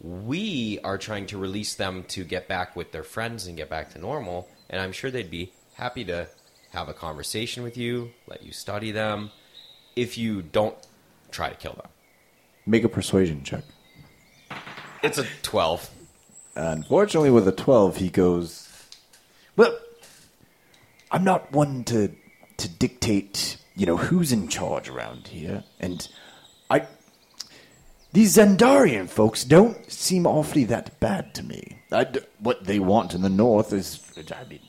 S2: We are trying to release them to get back with their friends and get back to normal. And I'm sure they'd be happy to have a conversation with you, let you study them, if you don't try to kill them.
S1: Make a persuasion check.
S2: It's a 12.
S1: Unfortunately, with a 12, he goes, Well, I'm not one to, to dictate, you know, who's in charge around here. And I. These Zandarian folks don't seem awfully that bad to me. I d what they want in the north is. I mean,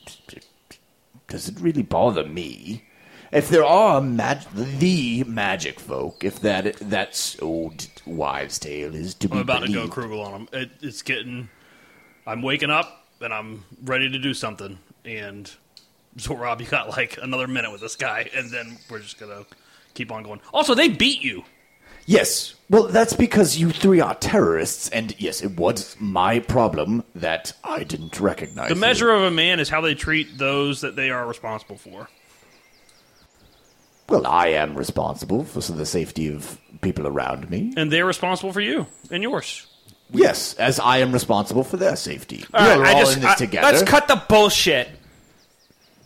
S1: does it really bother me? If there are mag- the magic folk, if that that's old wives' tale is to be
S4: I'm about to go
S1: believed.
S4: Krugel on him. It, it's getting. I'm waking up and I'm ready to do something. And Zorob, you [laughs] got like another minute with this guy, and then we're just gonna keep on going. Also, they beat you.
S1: Yes. Well, that's because you three are terrorists, and yes, it was my problem that I didn't recognize.
S4: The
S1: you.
S4: measure of a man is how they treat those that they are responsible for.
S1: Well, I am responsible for the safety of people around me.
S4: And they're responsible for you and yours.
S1: yes, as I am responsible for their safety. We're all in this
S5: I-
S1: together.
S5: Let's cut the bullshit.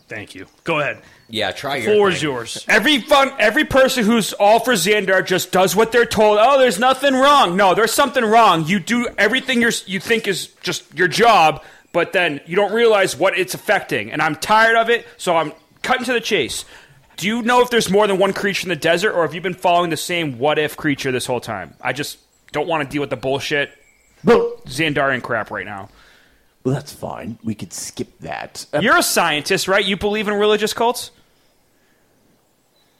S4: Thank you. Go ahead.
S2: Yeah, try your.
S4: Floor is
S2: thing.
S4: yours.
S5: Every fun, every person who's all for Xandar just does what they're told. Oh, there's nothing wrong. No, there's something wrong. You do everything you're, you think is just your job, but then you don't realize what it's affecting. And I'm tired of it, so I'm cutting to the chase. Do you know if there's more than one creature in the desert, or have you been following the same what if creature this whole time? I just don't want to deal with the bullshit
S1: Well,
S5: Xandarian crap right now.
S1: well, that's fine. We could skip that.
S5: You're a scientist, right? You believe in religious cults?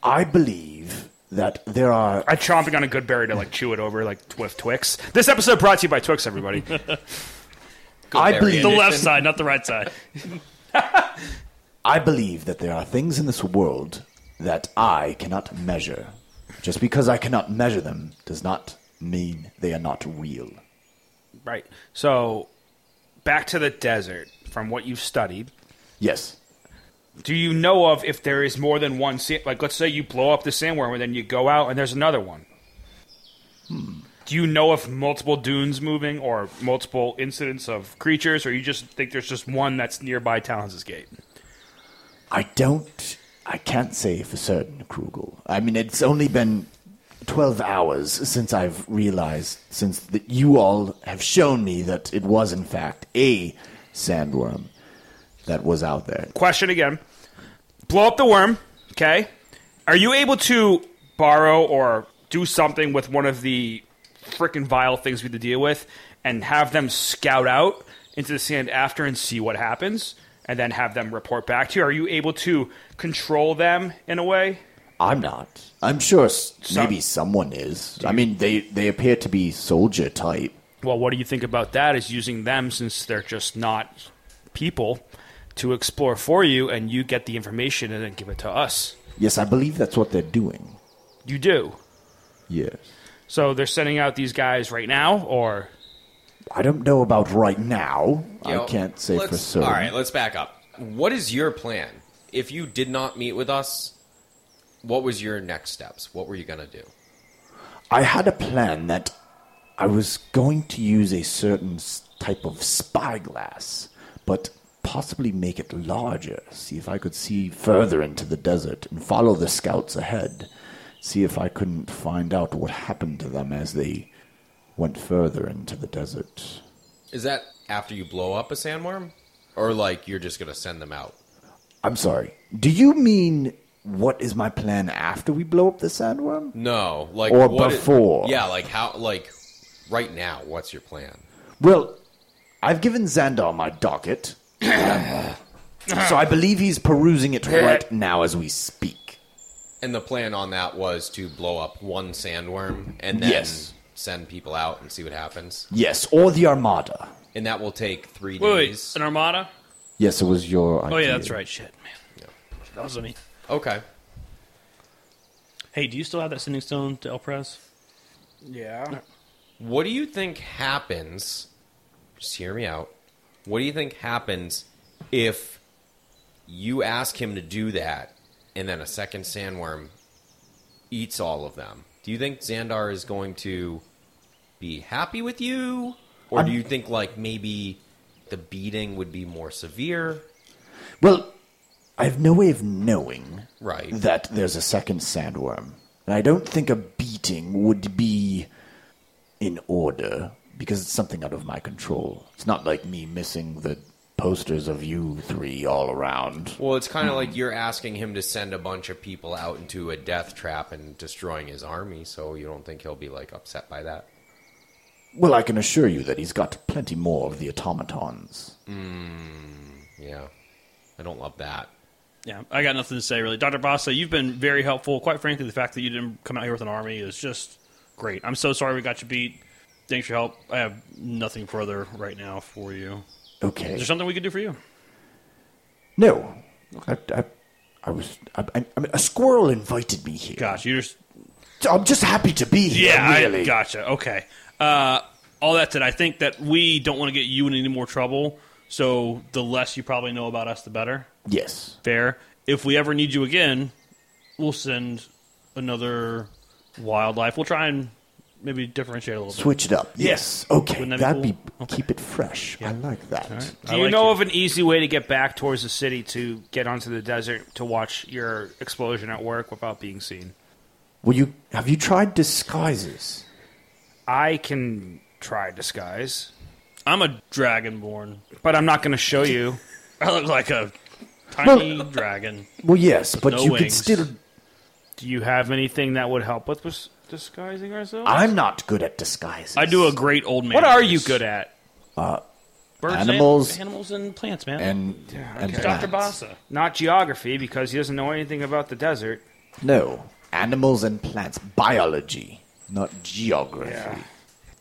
S1: I believe that there are
S5: I'm chomping on a good berry to like chew it over like with Twix. This episode brought to you by Twix, everybody.
S2: Go
S1: I
S2: there,
S1: believe-
S2: Ian.
S4: The left side, not the right side.
S1: I believe that there are things in this world that I cannot measure. Just because I cannot measure them does not mean they are not real.
S5: right. So, back to the desert. From what you've studied,
S1: Yes.
S5: do you know of if there is more than one? Sand- like, let's say you blow up the sandworm, and then you go out, and there's another one. Do you know if multiple dunes moving or multiple incidents of creatures, or you just think there's just one that's nearby Talons' Gate?
S1: I don't. I can't say for certain, Krugel. I mean, it's only been 12 hours since I've realized, since that you all have shown me that it was, in fact, a sandworm that was out there.
S5: question again. Blow up the worm, okay? Are you able to borrow or do something with one of the freaking vile things we had to deal with and have them scout out into the sand after and see what happens and then have them report back to you? Are you able to control them in a way?
S1: I'm not. I'm sure s maybe someone is. I mean, they, they appear to be soldier type.
S5: Well, what do you think about that? Is using them since they're just not people to explore for you and you get the information and then give it to us?
S1: Yes, I believe that's what they're doing.
S5: You do.
S1: Yes.
S5: So they're sending out these guys right now or
S1: I don't know about right now. I
S2: Yo,
S1: can't say for
S2: let's-
S1: certain.
S2: All right, let's back up. What is your plan? If you did not meet with us, what was your next steps? What were you gonna do?
S1: I had a plan that I was going to use a certain s- type of spyglass, but possibly make it larger, see if I could see further into the desert and follow the scouts ahead, see if I couldn't find out what happened to them as they went further into the desert.
S2: Is that after you blow up a sandworm, or like you're just gonna send them out?
S1: I'm sorry. Do you mean what is my plan after we blow up the sandworm?
S2: No, like
S1: Or
S2: what i-
S1: before.
S2: yeah, like how? Like right now, what's your plan?
S1: Well, I've given Xandar my
S4: [coughs]
S1: docket. so I believe he's perusing it right now as we speak.
S2: And the plan on that was to blow up one sandworm and then
S1: Yes.
S2: send people out and see what happens.
S1: Yes, or the Armada.
S2: And that will take three
S4: Wait,
S2: days.
S4: wait, an armada?
S1: Yes, it was your idea.
S4: Oh yeah, that's right. Shit, man. That was on me.
S2: okay.
S4: Hey, do you still have that sending stone to El Pres?
S5: Yeah.
S2: What do you think happens? Just hear me out. What do you think happens if you ask him to do that and then a second sandworm eats all of them? Do you think Xandar is going to be happy with you? Or do you think, like, maybe the beating would be more severe?
S1: Well, I have no way of knowing
S2: Right.
S1: that there's a second sandworm. And I don't think a beating would be in order because it's something out of my control. It's not like me missing the posters of you three all around.
S2: Well, it's kind of like you're asking him to send a bunch of people out into a death trap and destroying his army, so you don't think he'll be, like, upset by that?
S1: Well, I can assure you that he's got plenty more of the automatons.
S2: Yeah. I don't love that.
S4: Yeah, I got nothing to say really. Dr. Basta, you've been very helpful. Quite frankly, the fact that you didn't come out here with an army is just great. I'm so sorry we got you beat. Thanks for your help. I have nothing further right now for you.
S1: Okay.
S4: Is there something we could do for you?
S1: No, I, I, I was. I, I, I mean, a squirrel invited me here.
S4: Gosh, you just
S1: I'm just happy to be here.
S4: yeah,
S1: really.
S4: I, gotcha. Okay. Uh, all that said, I think that we don't want to get you in any more trouble. So the less you probably know about us, the better.
S1: yes.
S4: Fair. If we ever need you again, we'll send another wildlife. We'll try and maybe differentiate a little bit.
S1: Switch it up. Yes. Okay.
S4: Wouldn't that
S1: That'd
S4: be
S1: be keep it fresh. I like that.
S5: Do you know of an easy way to get back towards the city to get onto the desert to watch your explosion at work without being seen?
S1: Well, you have you tried disguises?
S5: I can try disguise,
S4: I'm a dragonborn.
S5: but I'm not going to show you.
S4: I look like a tiny dragon.
S1: Well, yes, but
S4: no
S1: you
S4: wings.
S1: can still.
S5: Do you have anything that would help with dis- disguising ourselves?
S1: I'm not good at disguises.
S4: I do a great old man.
S5: what are you good at?
S4: Birds,
S1: Animals.
S4: animals, animals, and plants, man.
S1: And, and
S4: Dr.
S1: plants.
S4: Bassa.
S5: Not geography, because he doesn't know anything about the desert.
S1: No, animals and plants, biology, not geography.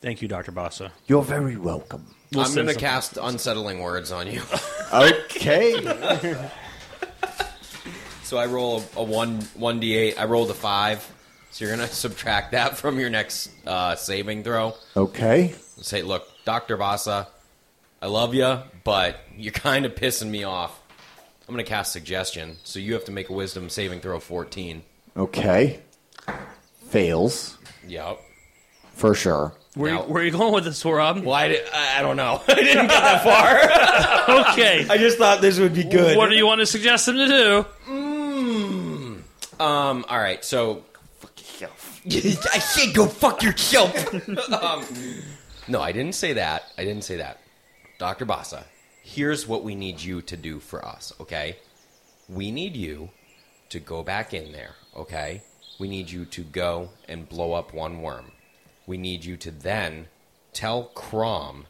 S4: Thank you, Dr. Bassa.
S1: You're very welcome.
S2: I'm going to cast unsettling words on you.
S4: [laughs]
S1: Okay.
S2: [laughs] so I roll a, a one one d eight. I rolled a five. So you're going to [laughs] subtract that from your next uh, saving throw.
S1: okay.
S2: Say, look, Doctor Vasa, I love you, but you're [laughs] kind of pissing me off. I'm going to cast suggestion. So you have to make a wisdom saving throw 14.
S1: Okay. Fails
S2: Yep.
S1: for sure.
S4: Where,
S2: Now-
S4: you, where you going with this, Rob?
S2: Why did I I don't know? [laughs] I didn't get that far.
S4: [laughs] Okay.
S2: [laughs] I just thought this would be good.
S4: What do you want to suggest him to do?
S2: Um. All right. So. [laughs] I said go fuck yourself. [laughs] um, no, I didn't say that. I didn't say that. Dr. Bassa, here's what we need you to do for us, okay? We need you to go back in there, okay? We need you to go and blow up one worm. We need you to then tell Crom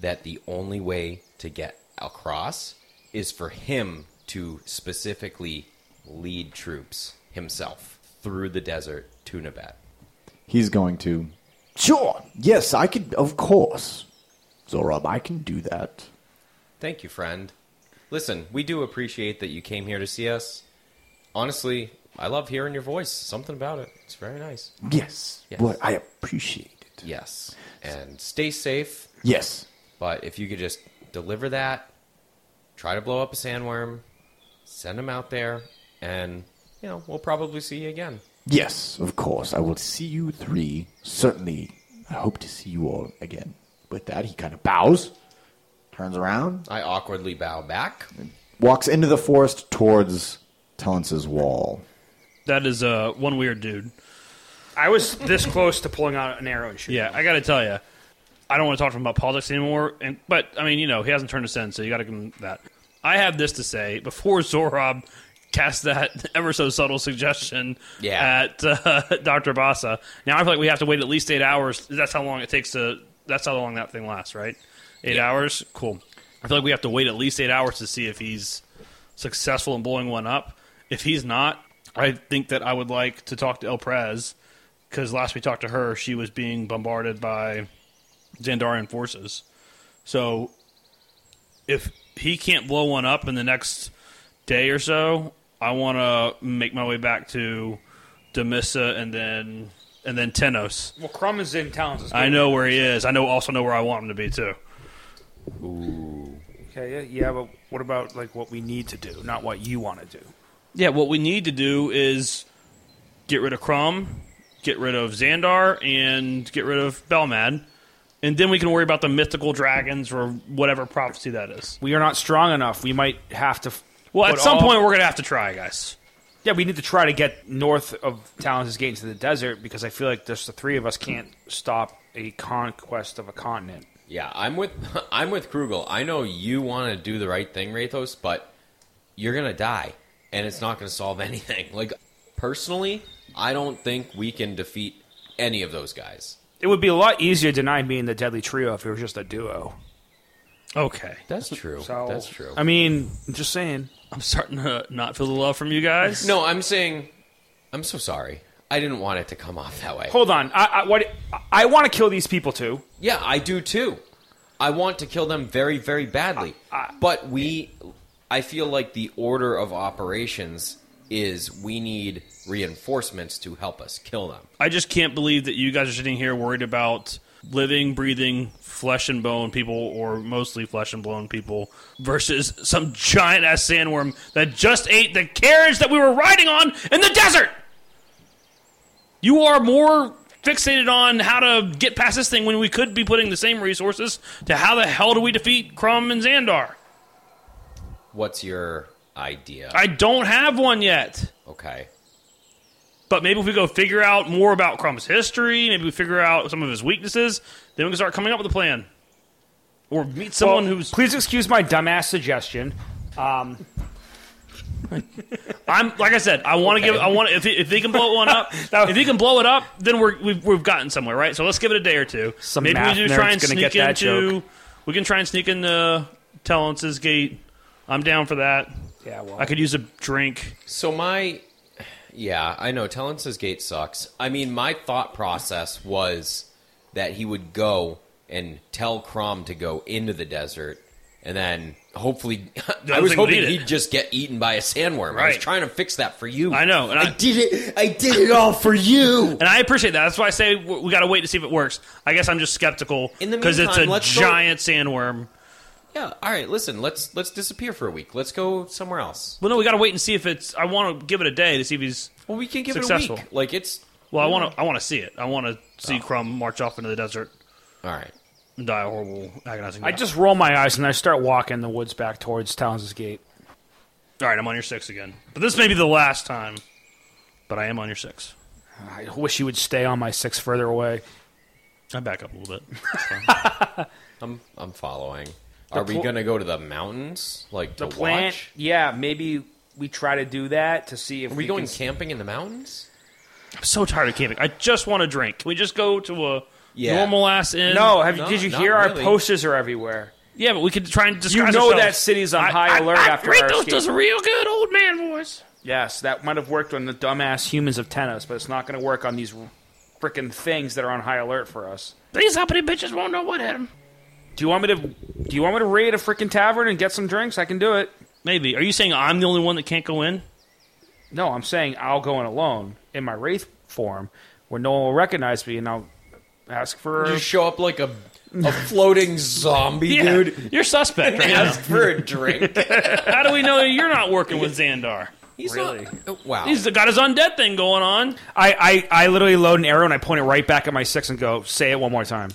S2: that the only way to get across is for him to specifically lead troops himself through the desert to Nebat.
S1: He's going to. Sure. Yes, I could. Of course. Zorob, I can do that.
S2: Thank you, friend. Listen, we do appreciate that you came here to see us. Honestly, I love hearing your voice. Something about it. It's very nice.
S1: Yes.
S2: Yes.
S1: But I appreciate it.
S2: Yes. And stay safe,
S1: Yes.
S2: but if you could just deliver that, try to blow up a sandworm, send him out there, and, you know, we'll probably see you again.
S1: Yes, of course. I will see you three. Certainly, I hope to see you all again. With that, he kind of bows, turns around,
S2: I awkwardly bow back.
S1: walks into the forest towards Telence's wall.
S4: That is uh, one weird dude.
S5: I was this close to pulling out an arrow and shooting.
S4: Yeah, I got to tell you, I don't want to talk to him about politics anymore. And but I mean, you know, he hasn't turned us in, so you got to give him that. I have this to say before Zorob cast that [laughs] ever so subtle suggestion
S2: Yeah.
S4: at uh, [laughs] Doctor Bassa. Now I feel like we have to wait at least eight hours. That's how long it takes to. That's how long that thing lasts, right? Eight hours. Cool. I feel like we have to wait at least eight hours to see if he's successful in blowing one up. If he's not, I think that I would like to talk to El Prez because last we talked to her, she was being bombarded by Zandarian forces. So if he can't blow one up in the next day or so, I want to make my way back to Demissa and then and then Tenos.
S5: Well, Crumb is in Talons.
S4: I know where he is. I know also know where I want him to be too.
S5: Okay, yeah, yeah, but what about like what we need to do, not what you want to do?
S4: Yeah, what we need to do is get rid of Crom, get rid of Xandar, and get rid of Belmad. And then we can worry about the mythical dragons or whatever prophecy that is.
S5: We are not strong enough. We might have to. f-
S4: Well, at
S5: put
S4: some
S5: all-
S4: point, we're going to have to try, guys.
S5: yeah, we need to try to get north of Talons' Gate into the desert because I feel like just the three of us can't stop a conquest of a continent.
S2: Yeah, I'm with [laughs] I'm with Krugel. I know you want to do the right thing, Rathos, but you're gonna die, and it's not gonna solve [laughs] anything. Like personally, I don't think we can defeat any of those guys.
S5: It would be a lot easier denying being the deadly trio if it was just a duo.
S4: Okay.
S2: [laughs] That's true.
S5: So
S2: That's true.
S5: I mean, I'm just saying.
S4: I'm starting to not feel the love from you guys.
S2: no, I'm saying, I'm so sorry. I didn't want it to come off that way.
S5: [laughs] Hold on. I, I what I want to kill these people too.
S2: Yeah, I do too. I want to kill them very, very badly. but we, I feel like the order of operations is we need reinforcements to help us kill them.
S4: I just can't believe that you guys are sitting here worried about living, breathing, flesh and bone people, or mostly flesh and bone people, versus some giant ass sandworm that just ate the carriage that we were riding on in the desert. You are more fixated on how to get past this thing when we could be putting the same resources to how the hell do we defeat Crom and Xandar?
S2: What's your idea?
S4: I don't have one yet.
S2: okay.
S4: But maybe if we go figure out more about Crum's history, maybe we figure out some of his weaknesses, then we can start coming up with a plan. Or meet someone
S5: Well,
S4: who's.
S5: please excuse my dumbass suggestion.
S4: I'm like I said, I want to give. I want if he, if they can blow one up,
S5: [laughs] That-
S4: if he can blow it up, then we're we've, we've gotten somewhere, right? So let's give it a day or two.
S5: Some
S4: maybe we
S5: math
S4: do
S5: nerd's
S4: try and
S5: gonna get
S4: sneak
S5: that
S4: into. We can try and sneak into Talence's gate. I'm down for that.
S5: Yeah, well,
S4: I could use a drink.
S2: So my yeah, I know Talence's gate sucks. I mean, my thought process was that he would go and tell Crom to go into the desert and then hopefully [laughs] I was
S4: thing would
S2: hoping
S4: eat it.
S2: he'd just get eaten by a sandworm. I was
S4: Right.
S2: trying to fix that for you.
S4: I know, and I,
S2: did it. I did it all for
S4: [laughs]
S2: you.
S4: and I appreciate that. That's why I say we, we got to wait to see if it works. I guess I'm just skeptical
S2: In the
S4: because it's
S2: meantime,
S4: a
S2: let's go-
S4: giant sandworm.
S2: Yeah, all right, listen, let's let's disappear for a week. Let's go somewhere else.
S4: Well, no, we got to wait and see if it's. I want to give it a day to see if he's.
S2: Well, we can give
S4: Successful.
S2: it a week. Like it's
S4: Well, I want to. I want to see it. I want to
S5: Oh.
S4: see Crumb march off into the desert
S2: all right.
S4: and die a horrible, agonizing.
S5: I
S4: death.
S5: just roll my eyes and I start walking the woods back towards Towns' Gate.
S4: All right, I'm on your six again. But this may be the last time. But I am on your six.
S5: I wish you would stay on my six further away.
S4: I back up a little bit.
S5: [laughs]
S2: I'm I'm following. Are we going to go to the mountains? Like to
S5: The plant,
S2: watch?
S5: yeah, maybe we try to do that to see if
S2: Are we going
S5: Can,
S2: camping in the mountains?
S4: I'm so tired of camping. I just want a drink. Can we just go to a
S2: Yeah.
S4: normal ass inn?
S5: no, have you?
S2: No,
S5: did you
S2: not
S5: hear
S2: really.
S5: our posters are everywhere?
S4: Yeah, but we could try and
S5: You
S4: disguise
S5: know
S4: ourselves.
S5: that city's on high alert
S4: I,
S5: after our
S4: Ritos
S5: escape.
S4: does a real good old man voice.
S5: Yes, that might have worked on the dumbass humans of Tenos, but it's not going to work on these freaking things that are on high alert for us.
S4: These uppity bitches won't know what hit 'em.
S5: Do you want me to? Do you want me to raid a freaking tavern and get some drinks? I can do it.
S4: Maybe. Are you saying I'm the only one that can't go in?
S5: No, I'm saying I'll go in alone in my wraith form, where no one will recognize me, and I'll ask for.
S2: You show up like a a floating zombie, [laughs] dude.
S4: you're suspect
S5: [laughs]
S4: right now.
S2: Ask for a drink.
S4: How do we know you're not working
S5: [laughs]
S4: with Xandar?
S2: He's
S5: Really?
S2: Not, wow.
S4: He's got his undead thing going on.
S5: I, I I literally load an arrow and I point it right back at my six and go, say it one more time.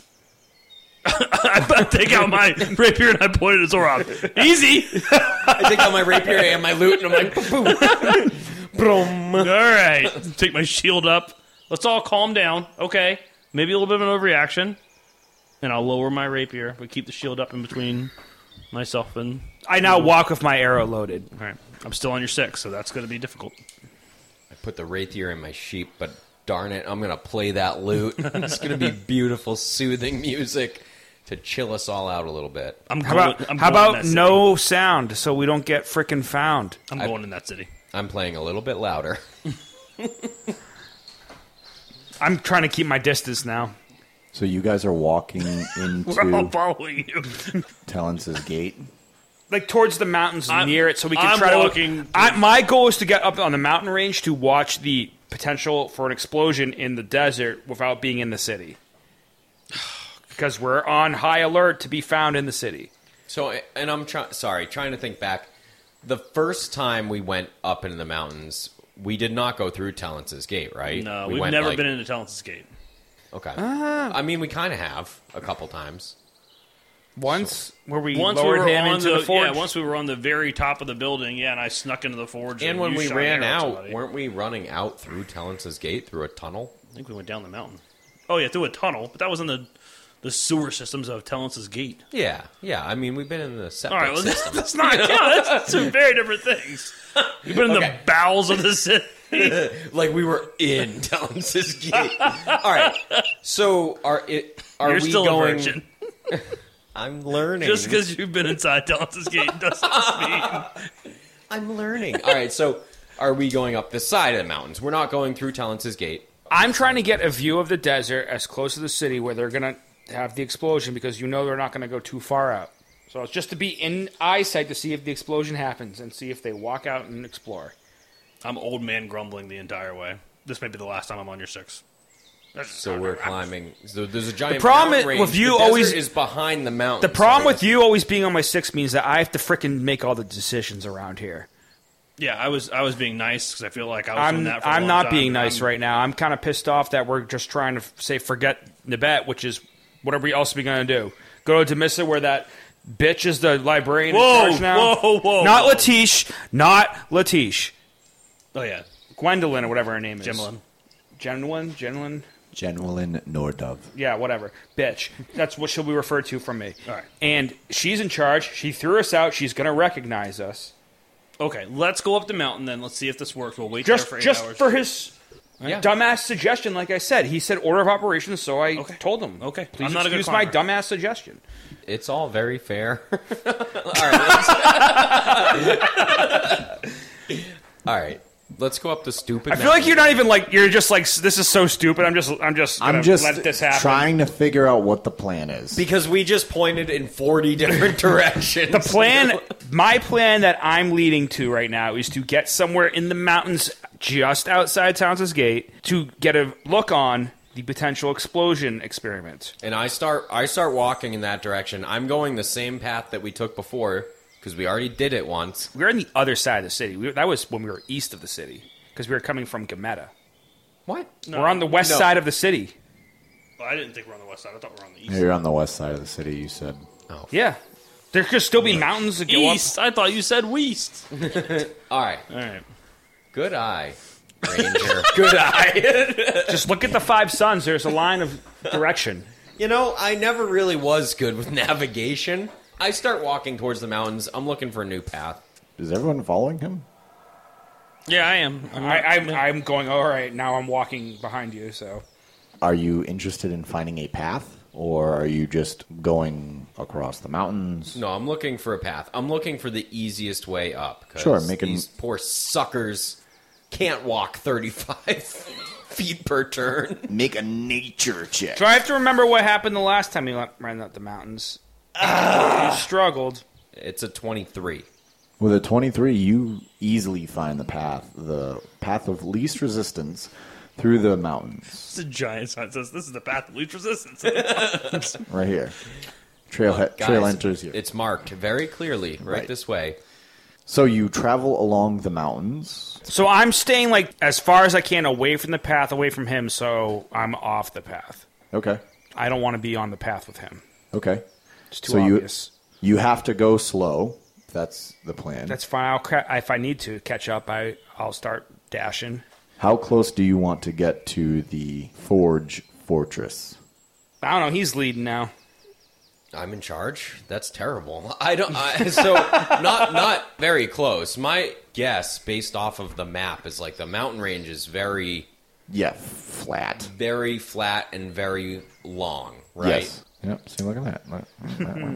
S4: [laughs] I take out my rapier and I point it at Zorob. Easy.
S2: I take out my rapier and my loot, and I'm [laughs] like, boom,
S4: All right. Take my shield up. Let's all calm down. Okay. Maybe a little bit of an overreaction. And I'll lower my rapier, but keep the shield up in between myself and.
S5: I now walk with my arrow loaded.
S4: All right. I'm still on your six, so that's going to be difficult.
S2: I put the rapier in my sheep, but darn it, I'm gonna play that lute. [laughs] It's gonna be beautiful, soothing music to chill us all out a little bit.
S4: I'm
S5: How
S4: going,
S5: about
S4: I'm
S5: how
S4: going in
S5: about
S4: that city.
S5: no sound so we don't get freaking found?
S4: I'm going in
S2: [laughs]
S4: that city.
S2: I'm playing a little bit louder.
S5: I'm trying to keep my distance now.
S1: So you guys are walking
S4: We're all
S1: into
S4: following you.
S1: Talence's gate.
S5: Like towards the mountains
S4: I'm-
S5: near it so we can
S4: I'm
S5: try to
S4: walking-
S5: I, my goal is to get up on the mountain range to watch the potential for an explosion in the desert without being in the city. Because we're on high alert to be found in the city.
S2: So, and I'm trying. Sorry, trying to think back. The first time we went up into the mountains, we did not go through Talence's Gate, right?
S4: No,
S2: We
S4: we have
S2: went,
S4: never
S2: like-
S4: been into Talents' Gate.
S2: Okay.
S5: Ah.
S2: I mean, we kind of have a couple times.
S5: Once where we
S4: Once we
S5: lowered
S4: were
S5: him
S4: on
S5: into
S4: the,
S5: the, forge.
S4: yeah, once we were on the very top of the building, yeah, and I snuck into the forge.
S2: And when
S4: you
S2: we
S4: shot an
S2: ran
S4: arrow at
S2: out,
S4: somebody.
S2: weren't we running out through Talence's gate through a tunnel?
S4: I think we went down the mountain. Oh yeah, through a tunnel, but that was in the the sewer systems of Talence's Gate.
S2: Yeah, yeah. I mean, we've been in the
S4: All
S2: septic
S4: right, well,
S2: system.
S4: that's not. Yeah, that's [laughs] two very different things. You've been in
S2: Okay.
S4: the bowels of the city.
S2: like we were in [laughs] Talence's gate.
S4: [laughs]
S2: All right. So are it? Are
S4: You're
S2: we
S4: still
S2: going?
S4: a virgin.
S2: I'm learning.
S4: Just because you've been inside Talence's Gate [laughs] doesn't mean
S2: I'm learning. All right. So are we going up the side of the mountains? We're not going through Talence's gate.
S5: I'm trying to get a view of the desert as close to the city where they're gonna have the explosion because you know they're not gonna go too far out. So it's just to be in eyesight to see if the explosion happens and see if they walk out and explore.
S4: I'm old man grumbling the entire way. This may be the last time I'm on your six. That's just
S2: So
S4: not
S2: we're
S4: right.
S2: climbing. So there's a giant.
S5: problem
S2: mountain
S5: is-
S2: range.
S5: with you
S2: The desert
S5: always-
S2: is behind the mountain.
S5: The problem with you always being on my six means that I have to frickin' make all the decisions around here.
S4: Yeah, I was I was being nice because I feel like I was on
S5: I'm
S4: that. For a
S5: I'm
S4: long
S5: not
S4: time,
S5: being
S4: and
S5: nice
S4: I'm-
S5: right now. I'm kind of pissed off that we're just trying to f- say forget the bet, which is what are we else we gonna do? Go to Demissa where that bitch is the librarian
S4: Whoa,
S5: in charge now.
S4: whoa, whoa,
S5: Not
S4: whoa.
S5: Latish, not Latish,
S4: Oh yeah,
S5: Gwendolyn or whatever her name is.
S4: Gemlin.
S5: Gemlin, Gemlin.
S1: Genuine Nordov.
S5: Yeah, whatever. Bitch. That's what she'll be referred to from me.
S4: All right.
S5: And she's in charge. She threw us out. She's gonna recognize us.
S4: Okay, let's go up the mountain then. Let's see if this works. We'll wait
S5: Just
S4: there for eight
S5: just
S4: hours.
S5: for his
S2: Yeah.
S5: dumbass suggestion, like I said. He said order of operations, so I
S4: Okay.
S5: told him.
S4: Okay.
S5: Please
S4: I'm not a good
S5: excuse my
S4: climber.
S5: dumbass suggestion.
S2: It's all very fair. [laughs] all right. Let's... [laughs] all right. Let's go up the stupid.
S5: I feel like you're not even like you're just like this is so stupid. I'm just I'm just
S1: I'm
S5: gonna
S1: just
S5: let this happen.
S1: trying to figure out what the plan is.
S2: because we just pointed in forty different [laughs] directions.
S5: the plan, my plan that I'm leading to right now is to get somewhere in the mountains just outside Townsend's Gate to get a look on the potential explosion experiment.
S2: and I start I start walking in that direction. I'm going the same path that we took before because we already did it once.
S5: We're on the other side of the city. We, that was when we were east of the city because we were coming from Gameta.
S2: What?
S5: we're on the west
S2: No.
S5: side of the city.
S4: I didn't think we're on the west side. I thought we were on the east.
S1: You're on the west side of the city, you said.
S2: Oh,
S5: Yeah, there could still be mountains to go up.
S4: East. I thought you said west.
S2: All right.
S4: All right.
S2: Good eye, Ranger.
S5: Good eye. [laughs] Just look at the five suns. There's a line of direction.
S2: you know, I never really was good with navigation. I start walking towards the mountains. I'm looking for a new path.
S1: Is everyone following him?
S4: Yeah, I am. I'm
S5: I,
S4: not-
S5: I'm, I'm going, all right, now I'm walking behind you, so.
S1: Are you interested in finding a path, or are you just going across the mountains?
S2: No, I'm looking for a path. I'm looking for the easiest way up. 'cause
S1: Sure, make an-
S2: these poor suckers can't walk 35 [laughs] feet per turn.
S1: Make a nature check.
S5: Do I have to remember what happened the last time you le- ran up the mountains? you struggled.
S2: It's a 23.
S1: With a 23, you easily find the path, the path of least resistance through the mountains,
S4: It's a giant sign that says this is the path of least resistance. [laughs]
S1: right here. Trail, he-
S2: Guys,
S1: trail enters here.
S2: It's marked very clearly right,
S1: Right.
S2: this way.
S1: So you travel along the mountains.
S5: So I'm staying, like, as far as I can away from the path, away from him, so I'm off the path.
S1: Okay.
S5: I don't want to be on the path with him.
S1: Okay.
S5: It's too
S1: So you-
S5: obvious.
S1: You have to go slow. That's the plan.
S5: That's fine. I'll ca- if I need to catch up, I, I'll start dashing.
S1: How close do you want to get to the Forge Fortress?
S5: I don't know. He's leading now.
S2: I'm in charge. That's terrible. I don't. I, [laughs] so not not very close. My guess, based off of the map, is like the mountain range is very
S1: Yeah, flat.
S2: very flat and very long. Right.
S1: Yes. Yep. See, look at that.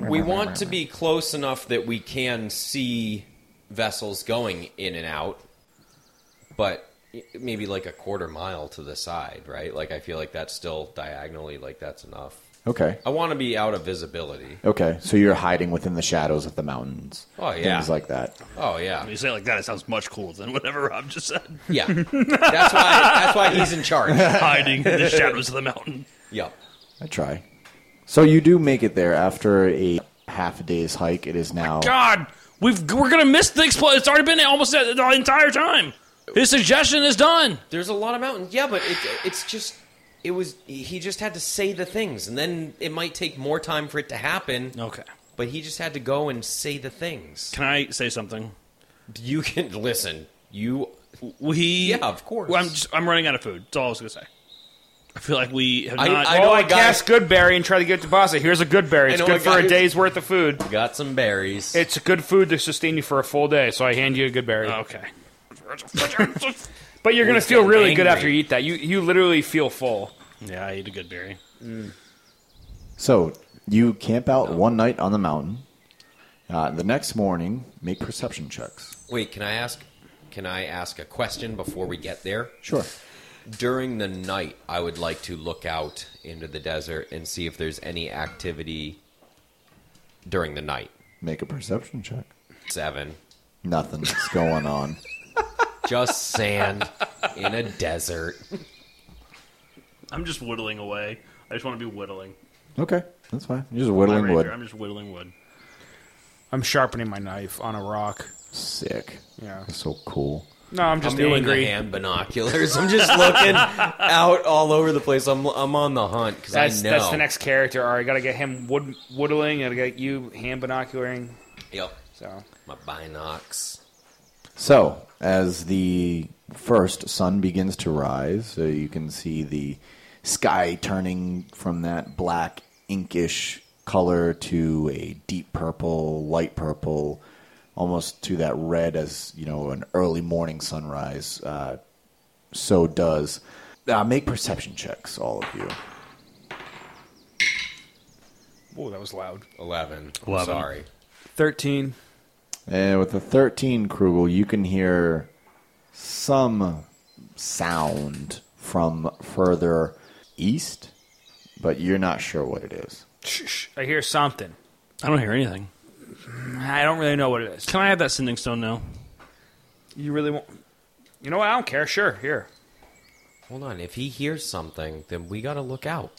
S1: Look.
S2: We want to be close enough that we can see vessels going in and out, but maybe like a quarter mile to the side. Right. Like I feel like that's still diagonally. Like that's enough.
S1: okay.
S2: I want to be out of visibility.
S1: Okay. So you're hiding within the shadows of the mountains.
S2: Oh, yeah.
S1: Things like that.
S2: Oh yeah.
S4: you say it like that, it sounds much cooler than whatever Rob
S2: [laughs]
S4: just said.
S2: Yeah. That's why that's why he's in charge.
S4: Hiding in the shadows of the mountain.
S2: Yep.
S1: I try. So you do make it there after a half a day's hike. It is now.
S4: God, we've we're gonna miss the explosion. It's already been almost the, the entire time. His suggestion is done.
S2: There's a lot of mountains. Yeah, but it, it's just it was he just had to say the things and then it might take more time for it to happen.
S4: Okay.
S2: But he just had to go and say the things.
S4: Can I say something?
S2: You can listen. You
S4: We
S2: Yeah, of course.
S4: Well, I'm just I'm running out of food. That's all I was gonna say. I feel like we have
S2: I-
S4: not.
S2: I
S5: Oh,
S2: know
S5: I
S2: a guy-
S5: cast Goodberry and try to get to Basa. Here's a Goodberry. It's
S2: know a
S5: good for
S2: guy
S5: a
S2: who's-
S5: day's worth of food.
S2: got some berries.
S5: It's good food to sustain you for a full day, so I hand you a good berry.
S2: Oh.
S4: [laughs] okay.
S5: but you're gonna feel really good
S2: angry.
S5: after you eat that. You you literally feel full.
S4: yeah, I eat a good berry.
S1: So you camp out one night on the mountain. Uh, the next morning, make perception checks.
S2: Wait, can I ask can I ask a question before we get there?
S1: Sure.
S2: During the night, I would like to look out into the desert and see if there's any activity during the night.
S1: Make a perception check.
S2: 7.
S1: Nothing's going on.
S2: Just sand in a desert.
S4: I'm just whittling away. I just want to be whittling.
S1: Okay, that's fine. You're just
S4: My
S1: whittling
S4: ranger,
S1: wood.
S4: I'm just whittling wood.
S5: I'm sharpening my knife on a rock.
S1: Sick.
S5: Yeah.
S1: So cool.
S5: No, I'm just
S2: I'm doing
S5: angry.
S2: the hand binoculars. I'm just looking out all over the place. I'm I'm on the hunt because I
S5: That's
S2: know.
S5: that's the next character. All right, gotta get him wood woodling. Gotta get you hand binocularing.
S2: Yep,
S5: So
S2: my binocs.
S1: So, as the first sun begins to rise, so you can see the sky turning from that black inkish color to a deep purple, light purple, almost to that red as you know an early morning sunrise. Uh, so does uh, make perception checks, all of you.
S5: Whoa, that was loud.
S2: 11. I'm
S4: 11.
S2: sorry.
S5: Thirteen.
S1: And Eh, with the 13 Krugel, you can hear some sound from further east, but you're not sure what it is.
S5: Shh, shh. I hear something.
S4: I don't hear anything.
S5: I don't really know what it is.
S4: Can I have that sending stone now?
S5: You really want? You know what? I don't care. Sure, here.
S2: Hold on. If he hears something, then we got to look out.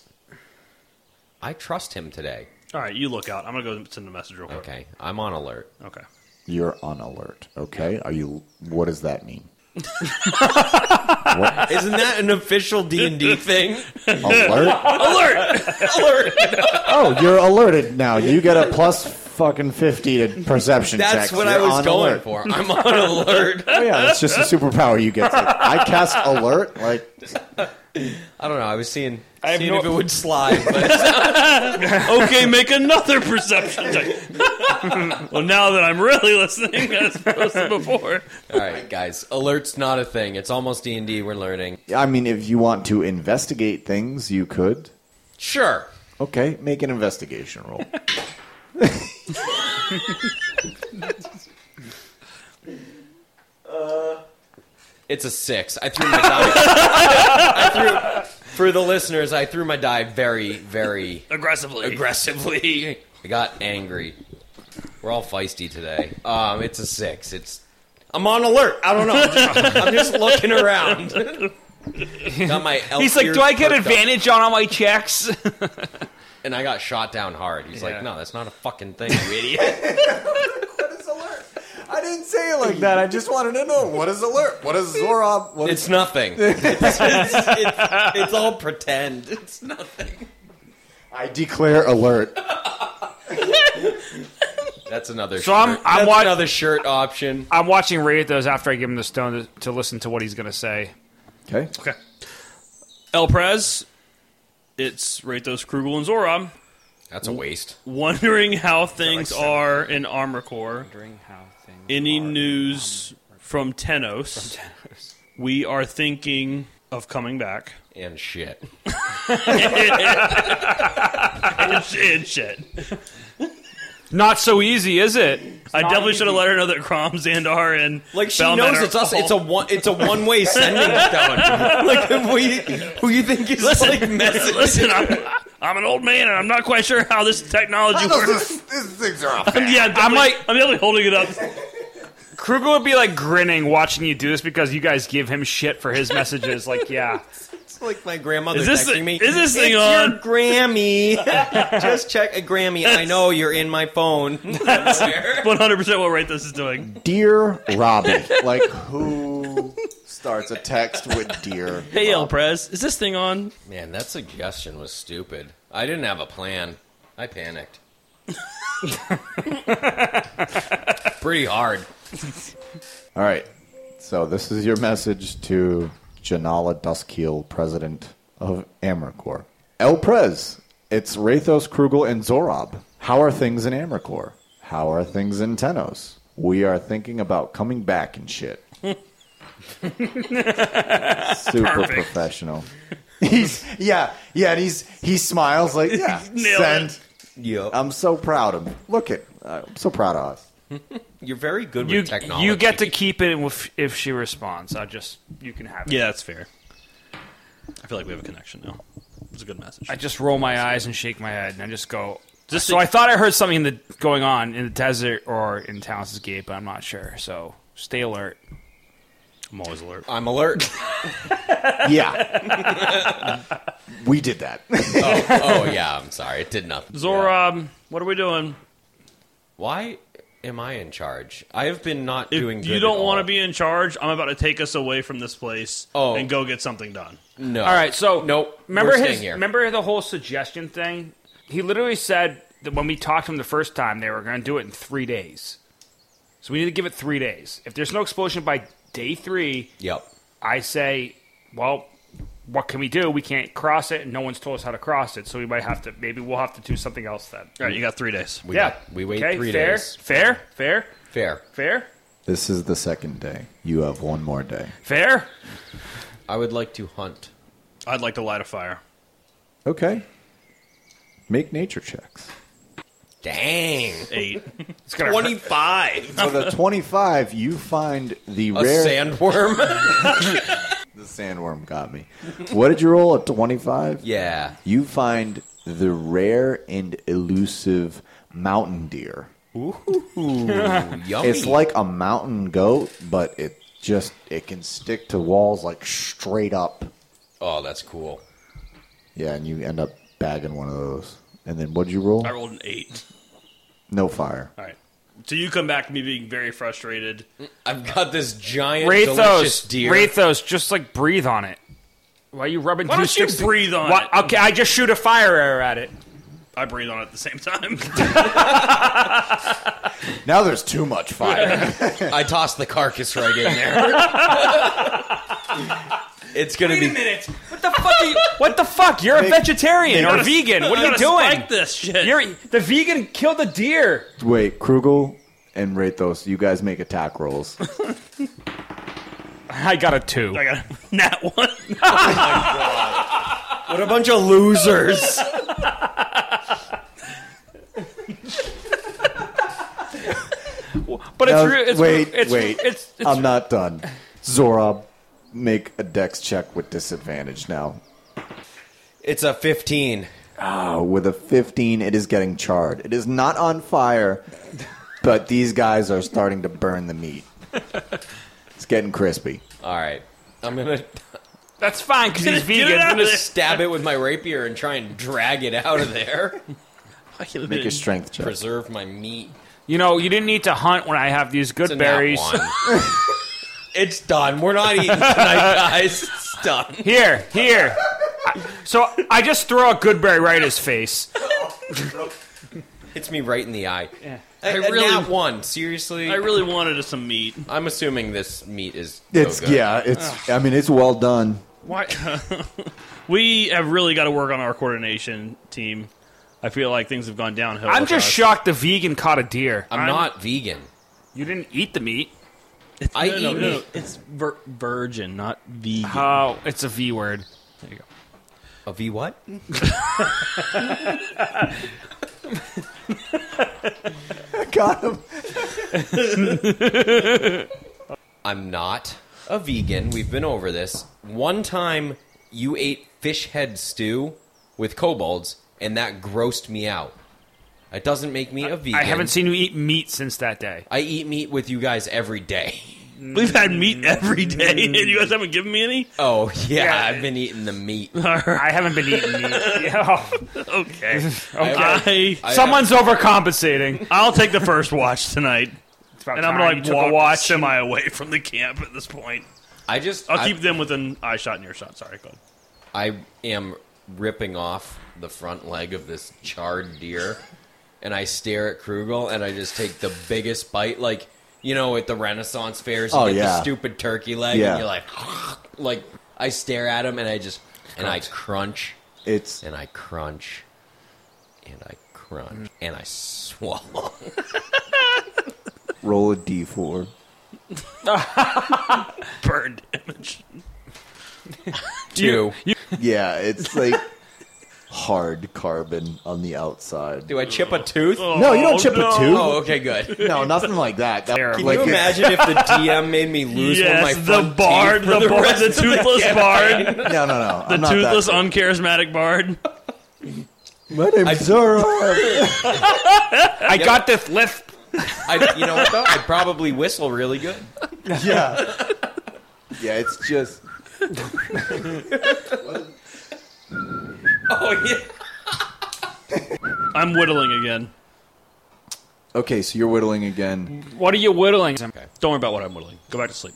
S2: I trust him today.
S4: All right, you look out. I'm gonna go send a message real quick.
S2: Okay, I'm on alert.
S4: Okay.
S1: You're on alert, okay? Are you what does that
S2: [laughs]
S1: mean?
S2: [laughs] Isn't that an official [laughs] D&D thing?
S1: Alert?
S2: alert! alert!
S1: Oh, you're alerted now. You get a plus fucking 50 to perception
S2: [laughs] That's
S1: checks.
S2: what
S1: You're
S2: I was
S1: on
S2: going
S1: alert.
S2: for. I'm [laughs] on alert.
S1: Oh yeah, that's just a superpower you get. It's like, I cast alert like
S2: I don't know. I was seeing,
S5: have
S2: seeing
S5: no-
S2: if it would slide, [laughs] but
S4: Okay, make another perception check. [laughs] well, now that I'm really listening, [laughs] as opposed to before.
S2: all right, guys. Alert's not a thing. It's almost D&D we're learning.
S1: I mean if you want to investigate things, you could.
S2: Sure.
S1: Okay, make an investigation roll.
S2: It's a 6. I threw my die. [laughs] I threw for the listeners, I threw my die very very
S4: Aggressively.
S2: aggressively. I got angry. We're all feisty today. Um, it's a six. It's I'm on alert. I don't know. I'm [laughs] just, I'm just looking around. Got my elf
S5: He's like,
S2: ears
S5: do I get
S2: perked up,"
S5: advantage on all my checks?
S2: And I got shot down hard. He's
S5: Yeah.
S2: like, no, that's not a fucking thing, you idiot.
S1: I didn't say it like that. I just wanted to know what is alert? What is Zorob? What
S2: [laughs] it's nothing. It's, it's, it's- it's all pretend. It's nothing.
S1: I declare alert.
S2: That's another.
S5: So
S2: shirt.
S5: I'm- I'm
S2: That's
S5: wa-
S2: another shirt option.
S5: I'm watching Ray at those after I give him the stone to, to listen to what he's gonna say.
S1: Okay.
S4: Okay. El Prez, it's Rathos, Krugel, and Zorob.
S2: That's a waste.
S4: Wondering how things
S2: seven?
S4: are in Armor Corps.
S5: how things.
S4: Any news from Tenos? We are thinking of coming back.
S2: And shit.
S4: and, and shit.
S5: Not so easy, is it?
S4: I definitely should have let her know that Croms and R and
S2: Like she
S4: Bellman
S2: knows
S4: are
S2: it's us.
S4: all-
S2: It's a one. It's [laughs] a one way sending stone. like if we, who you think is like messaging?
S4: Listen, I'm, I'm an old man, and I'm not quite sure how this technology [laughs] works.
S1: things are off.
S4: Yeah, I'm like I'm definitely holding it up.
S5: Kruger would be like grinning watching you do this because you guys give him shit for his messages.
S4: [laughs]
S5: like, yeah,
S2: It's like my grandmother
S4: Is this
S2: texting
S4: the-
S2: me.
S4: is this thing
S2: it's
S4: on?"
S2: Your [laughs] Grammy. Just check a Grammy. I know you're in my phone. somewhere.
S4: 100 percent what right this is doing.
S1: Dear Robbie. Like who starts a text with dear?
S4: Hey, El Prez, is this thing on?
S2: [laughs] Man, that suggestion was stupid. I didn't have a plan. I [laughs] panicked. Pretty hard.
S1: All right. So this is your message to Janala Duskiel, president of Amercor. El Prez, it's Rathos, Krugel, and Zorob. How are things in Amercor? How are things in Tenos? We are thinking about coming back and
S4: [laughs]
S1: shit. Super
S4: Perfect.
S1: professional. He's yeah, yeah, and he's he smiles like yeah.
S4: [laughs] Nailed
S1: send.
S4: it.
S2: Yep.
S1: I'm so proud of him. Look at I'm so proud of us.
S2: you're very good
S5: you
S2: with technology.
S5: you get to keep it if, if she responds. I just you can have it.
S4: Yeah, that's fair. I feel like we have a connection now. It's a good message.
S5: I just roll my eyes and shake my head, and I just go.
S4: Just
S5: so I thought I heard something in the, going on in the desert or in Talon's Gate, but I'm not sure. So stay alert.
S4: I'm always alert.
S2: I'm [laughs] alert.
S1: Yeah. [laughs] we did that.
S2: Oh,
S4: um,
S2: oh yeah. I'm sorry. It did nothing. Yeah.
S4: Zorob, what are we doing?
S2: Why? am I in charge? I have been not
S4: If
S2: doing.
S4: you don't want to be in charge, I'm about to take us away from this place
S2: Oh.
S4: and go get something done.
S2: No.
S5: All right, so
S2: nope.
S5: Remember
S2: we're
S5: his?
S2: staying here.
S5: Remember the whole suggestion thing? He literally said that when we talked to him the first time, they were going to do it in three days. So we need to give it three days. If there's no explosion by day three,
S2: Yep.
S5: I say, well, what can we do? We can't cross it, and no one's told us how to cross it. So we might have to. Maybe we'll have to do something else then.
S4: All right, you got three days.
S2: We
S5: yeah,
S2: We wait
S5: okay,
S2: three
S5: fair,
S2: days.
S5: Fair, fair,
S2: Fair.
S5: fair,
S1: This is the second day. You have one more day.
S5: fair.
S2: I would like to hunt.
S4: I'd like to light a fire.
S1: Okay. Make nature checks.
S2: Dang.
S4: Eight.
S5: It's gonna hurt.
S2: Twenty-five.
S1: With a 25, you find the
S2: A
S1: rare.
S5: [laughs]
S2: sandworm.
S1: the sandworm got me. [laughs] What did you roll? A 25?
S2: yeah.
S1: You find the rare and elusive mountain deer.
S2: Yummy.
S1: It's like a mountain goat, but it just it can stick to walls like straight up.
S2: oh, that's cool.
S1: Yeah, and you end up bagging one of those. And then what did you roll?
S4: I rolled an eight.
S1: No fire.
S4: All right. So you come back to me being very frustrated.
S2: I've got this giant delicious
S5: Rathos,
S2: deer.
S5: Rathos, just like breathe on it. Why are you rubbing?
S4: Why
S5: two
S4: don't you
S5: sticks-
S4: breathe on
S5: Why-
S4: it?
S5: Okay, I just shoot a fire arrow at it.
S4: I breathe on it at the same time.
S1: Now there's too much fire.
S2: I tossed the carcass right in
S5: [laughs]
S2: there. [laughs] it's gonna be.
S4: minute.
S5: What the fuck? Are you, [laughs] what the fuck? You're a vegetarian or vegan? What are
S4: [laughs]
S5: you doing?
S4: Spike this shit.
S5: You're the vegan killed the deer.
S1: Wait, Krugel and Rathos, you guys make attack rolls.
S5: I got a two.
S4: I got a [laughs] nat one.
S2: What a bunch of losers.
S5: But it's
S1: Now,
S5: real. It's,
S1: wait,
S5: it's,
S1: wait.
S5: It's, it's,
S1: I'm not done. Zorob, make a dex check with disadvantage now.
S2: It's a fifteen.
S1: Oh, with a 15, it is getting charred. It is not on fire, but these guys are starting to burn the meat. It's getting crispy.
S2: All right. I'm gonna
S5: that's fine because he's
S4: Get it
S5: vegan.
S4: out of there.
S2: stab it with my rapier and try and drag it out of there.
S1: Make a strength check.
S2: Preserve my meat.
S5: You know, you didn't need to hunt when I have these good
S2: It's a nat
S5: berries.
S2: one. it's done. We're not eating tonight, guys. It's done.
S5: Here, here. I- So I just throw a good berry right at his face.
S2: Oh, Hits me right in the eye. I,
S4: I really-
S2: nat one. Seriously,
S4: I really wanted some meat.
S2: I'm assuming this meat is. no
S1: It's
S2: good.
S1: yeah, it's I mean it's well done. [laughs]
S4: Why? [laughs] we have really got to work on our coordination team. I feel like things have gone downhill.
S5: I'm
S4: with
S5: just
S4: us.
S5: shocked the vegan caught a deer.
S2: I'm, not vegan.
S5: You didn't eat the meat.
S2: I
S4: No, no,
S2: eat
S4: no, [laughs]
S2: meat.
S4: It's vir- virgin, not vegan.
S5: Oh, it's a V word.
S2: A V what?
S1: Got him.
S2: I'm not a vegan. We've been over this. One time you ate fish head stew with kobolds, and that grossed me out. It doesn't make me a vegan.
S5: I haven't seen you eat meat since that day.
S2: I eat meat with you guys every day. [laughs]
S4: We've had meat every day, and you guys haven't given me any.
S2: Oh yeah,
S5: Yeah.
S2: I've been eating the meat.
S5: [laughs] I haven't been eating meat. [laughs] Oh. Yeah.
S4: Okay,
S2: Okay.
S4: I,
S2: I-
S5: Someone's overcompensating.
S4: [laughs] I'll take the first watch tonight,
S5: It's about
S4: and I'm
S5: time
S4: gonna
S5: you
S4: like
S5: took a
S4: walk
S5: walk.
S4: semi away from the camp at this point.
S2: I just
S4: I'll
S2: I,
S4: keep them within eye shot and ear shot. Sorry, go. ahead.
S2: I am ripping off the front leg of this charred deer, and I stare at Krugel, and I just take the biggest bite, like you know, at the Renaissance fairs, you
S1: Oh,
S2: get
S1: yeah.
S2: the stupid turkey leg,
S1: Yeah.
S2: and you're like, [laughs] like I stare at him, and I just and I crunch,
S1: It's
S2: and I crunch, and I crunch, and I swallow.
S1: roll a D four.
S4: Burn damage.
S2: Two.
S1: Yeah, it's [laughs] like hard carbon on the outside.
S2: Do I chip a tooth? Oh,
S1: No, you don't chip
S4: no.
S1: a tooth.
S2: okay, good.
S1: No, nothing like that. That-
S5: Can
S2: Can
S1: like
S2: you
S1: it-
S2: imagine if the DM made me lose one
S4: yes,
S2: of my
S4: the
S2: front
S4: bard,
S2: teeth for
S4: the, bard,
S2: rest
S4: the
S2: of
S4: toothless
S2: campaign?
S4: bard,
S1: No, no, no.
S4: the toothless, uncharismatic bard.
S1: My name's Zorob.
S5: I got this lift.
S2: I, you know, what, though? I'd probably whistle really good.
S1: [laughs] yeah.
S5: [laughs]
S1: Yeah, it's just
S2: Oh yeah.
S4: I'm whittling again.
S1: Okay, so you're whittling again.
S5: What are you whittling? Okay.
S3: Don't worry about what I'm whittling. Go back to sleep.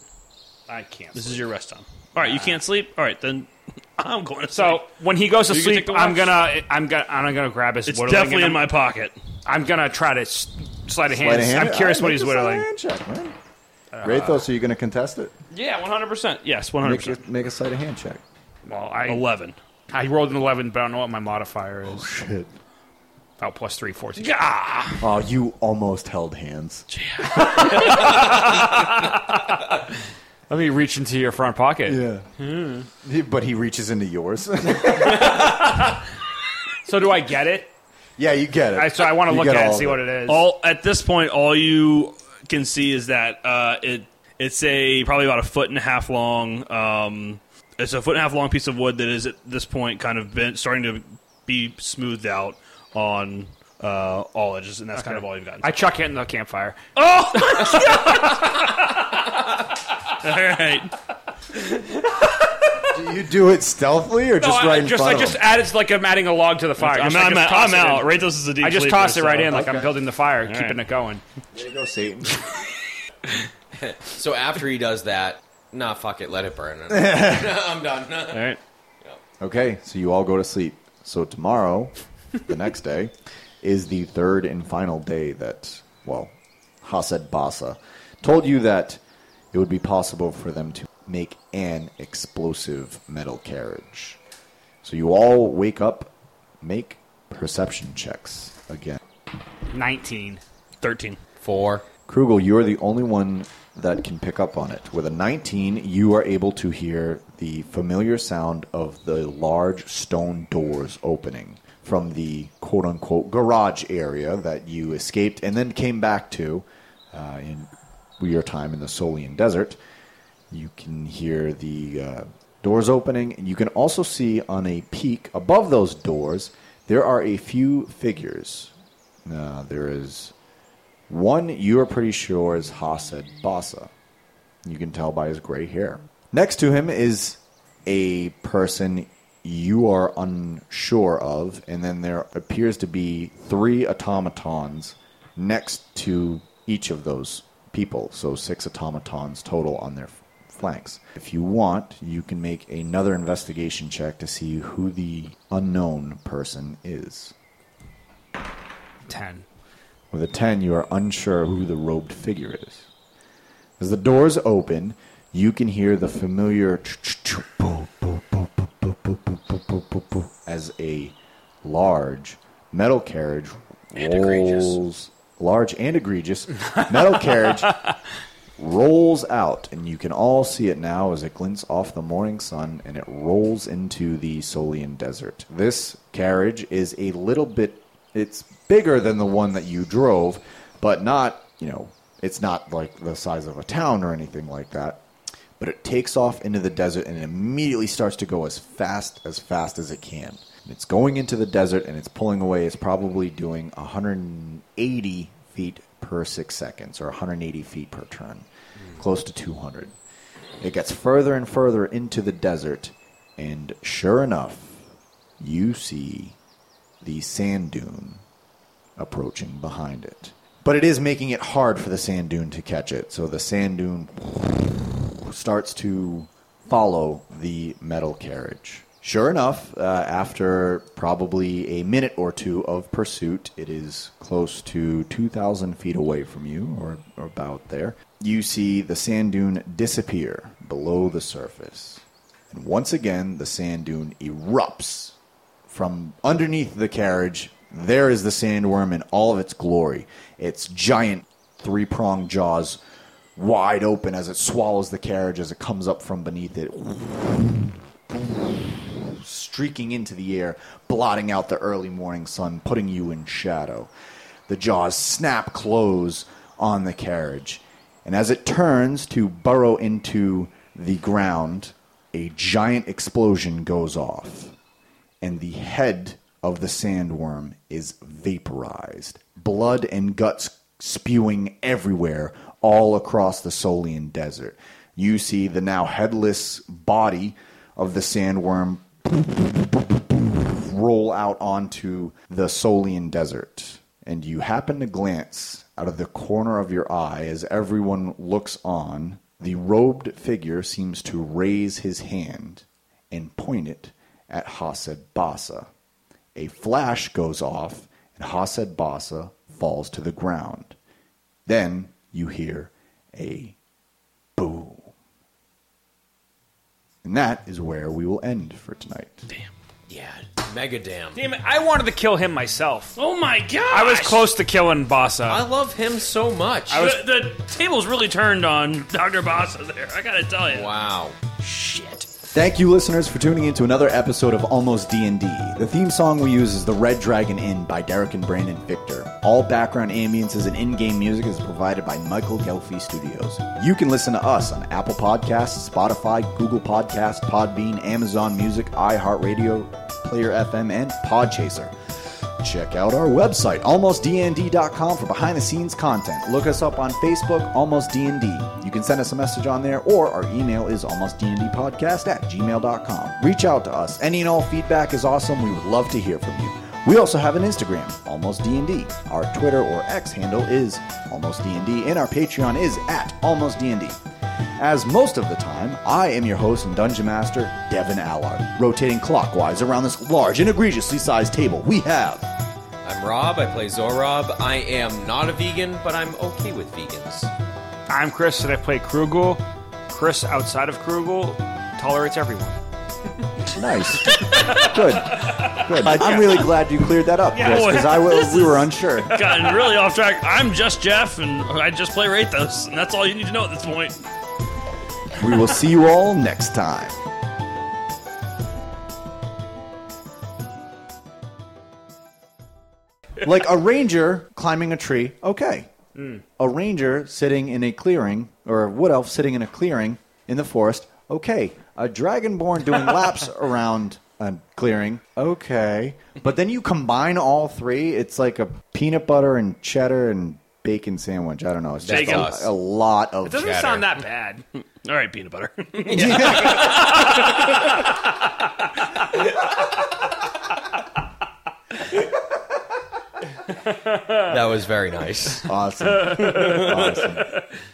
S5: I can't.
S3: This is your rest time. All right, you can't sleep. All right, then [laughs] I'm going to
S5: so
S3: sleep.
S5: when he goes to
S3: You can take
S5: sleep,
S3: the
S5: I'm
S3: watch.
S5: gonna, I'm gonna, I'm gonna grab his
S3: it's
S5: whittling.
S3: definitely
S5: and
S3: in
S5: I'm,
S3: my pocket.
S5: I'm gonna try to s- slide a hand.
S1: Sleight of hand?
S5: I'm curious
S1: All
S5: what
S1: right,
S5: he's
S1: make a sleight of
S5: whittling. Uh,
S1: hand check, man. Great though. So you're going to contest it?
S3: Yeah, 100. percent Yes, 100.
S1: Make, a-
S3: percent
S1: make a sleight of hand check.
S5: Well, I,
S3: Eleven.
S5: I rolled an 11, but I don't know what my modifier is.
S1: Shit.
S5: Oh, plus three, 14.
S1: Oh, you almost held hands.
S5: Let me reach into your front pocket.
S1: Yeah.
S5: Hmm.
S1: He- But he reaches into yours. [laughs]
S5: So do I get it?
S1: yeah, you get it.
S5: I, so I want to
S1: You
S5: look
S1: get
S5: at it
S1: all
S5: and
S1: of
S5: see what it is.
S3: All at this point, all you can see is that uh, it it's a probably about a foot and a half long. Um, it's a foot and a half long piece of wood that is at this point kind of bent, starting to be smoothed out on uh, all edges, and that's kind of all you've gotten.
S5: I chuck it in the campfire.
S3: all right,
S1: Do you do it stealthily or just
S5: I-
S1: right in
S5: just,
S1: front
S5: I
S1: of
S5: just
S1: him?
S5: added like I'm adding a log to the fire.
S3: I'm,
S5: Just- I
S3: I'm,
S5: just
S3: out- I'm
S5: toss it in.
S3: out. Rathos is a deep.
S5: I just
S3: sleeper,
S5: tossed it right
S3: so-
S5: in, like I'm building the fire, keeping it going.
S1: There you go, Satan.
S2: So after he does that, nah, fuck it, let it burn. I'm done.
S3: All right.
S1: okay, so you all go to sleep. So tomorrow, the next day, is the third and final day that, well, Hased Basa told you that it would be possible for them to make an explosive metal carriage. So you all wake up, make perception checks again.
S5: 19.
S3: Thirteen.
S2: Four.
S1: Krugel, you are the only one that can pick up on it. With a 19, you are able to hear the familiar sound of the large stone doors opening from the quote unquote garage area that you escaped and then came back to uh, in your time in the Solian Desert. You can hear the uh, doors opening, and you can also see on a peak above those doors there are a few figures. Uh, there is one you are pretty sure is Hassid Bassa. You can tell by his gray hair. Next to him is a person you are unsure of, and then there appears to be three automatons next to each of those people. So six automatons total on their f- flanks. If you want, you can make another investigation check to see who the unknown person is.
S5: 10.
S1: With a 10, you are unsure who the robed figure is. As the doors open, you can hear the familiar boo, boo, boo, boo, boo, boo, boo, boo, boo, boo, boo, as a large metal carriage
S2: egregious.
S1: rolls large and egregious metal carriage rolls out and you can all see it now as it glints off the morning sun and it rolls into the Solian desert. This carriage is a little bit it's bigger than the one that you drove, but not, you know, it's not like the size of a town or anything like that. But it takes off into the desert and it immediately starts to go as fast as fast as it can. And It's going into the desert and it's pulling away. It's probably doing 180 feet per six seconds or 180 feet per turn, close to 200. It gets further and further into the desert, and sure enough, you see the sand dune approaching behind it. But it is making it hard for the sand dune to catch it, so the sand dune starts to follow the metal carriage. Sure enough, uh, after probably a minute or two of pursuit, it is close to 2,000 feet away from you, or, or about there. You see the sand dune disappear below the surface. And once again, the sand dune erupts from underneath the carriage, there is the sandworm in all of its glory. Its giant three pronged jaws wide open as it swallows the carriage as it comes up from beneath it, streaking into the air, blotting out the early morning sun, putting you in shadow. The jaws snap close on the carriage, and as it turns to burrow into the ground, a giant explosion goes off and the head of the sandworm is vaporized. Blood and guts spewing everywhere, all across the Solian desert. You see the now headless body of the sandworm roll out onto the Solian desert. and you happen to glance out of the corner of your eye as everyone looks on, the robed figure seems to raise his hand and point it at Hased Bassa. A flash goes off, and Hased Bassa falls to the ground. Then you hear a boom. And that is where we will end for tonight.
S2: Yeah, mega damn.
S5: Damn it, I wanted to kill him myself.
S4: Oh my god!
S5: I was close to killing Bassa.
S2: I love him so much.
S4: the, the tables really turned on Dr. Bassa there. I gotta tell you.
S2: wow. Shit.
S1: Thank you, listeners, for tuning in to another episode of Almost D&D. The theme song we use is The Red Dragon Inn by Derek and Brandon Victor. All background ambiences and in-game music is provided by Michael Gelfi Studios. You can listen to us on Apple Podcasts, Spotify, Google Podcasts, Podbean, Amazon Music, iHeartRadio, Player FM, and Podchaser. Check out our website, almostdnd.com, for behind the scenes content. Look us up on Facebook, Almost DND. You can send us a message on there, or our email is almostdndpodcast at gmail.com. Reach out to us. Any and all feedback is awesome. We would love to hear from you. We also have an Instagram, Almost DND. Our Twitter or X handle is Almost DND, and our Patreon is at Almost DND. As most of the time, I am your host and dungeon master, Devin Allard, rotating clockwise around this large and egregiously sized table. We have
S2: I'm Rob. I play Zorob. I am not a vegan, but I'm okay with vegans.
S5: I'm Chris, and I play Krugel. Chris, outside of Krugel, tolerates everyone.
S1: Nice. Good. Good. I'm really glad you cleared that up, Chris, because I was, we were unsure.
S4: Gotten really off track. I'm just Jeff, and I just play Rathos, and that's all you need to know at this point.
S1: We will see you all next time. Like a ranger climbing a tree, okay. A ranger sitting in a clearing, or a wood elf sitting in a clearing in the forest, okay. A dragonborn doing laps around a clearing, okay. But then you combine all three, it's like a peanut butter and cheddar and bacon sandwich. I don't know. It's just
S2: Bacon.
S1: a, a lot of
S5: It doesn't
S2: Chatter.
S5: sound that bad.
S4: All right, peanut butter.
S1: [laughs]
S4: [laughs]
S2: That was very nice.
S1: Awesome. awesome.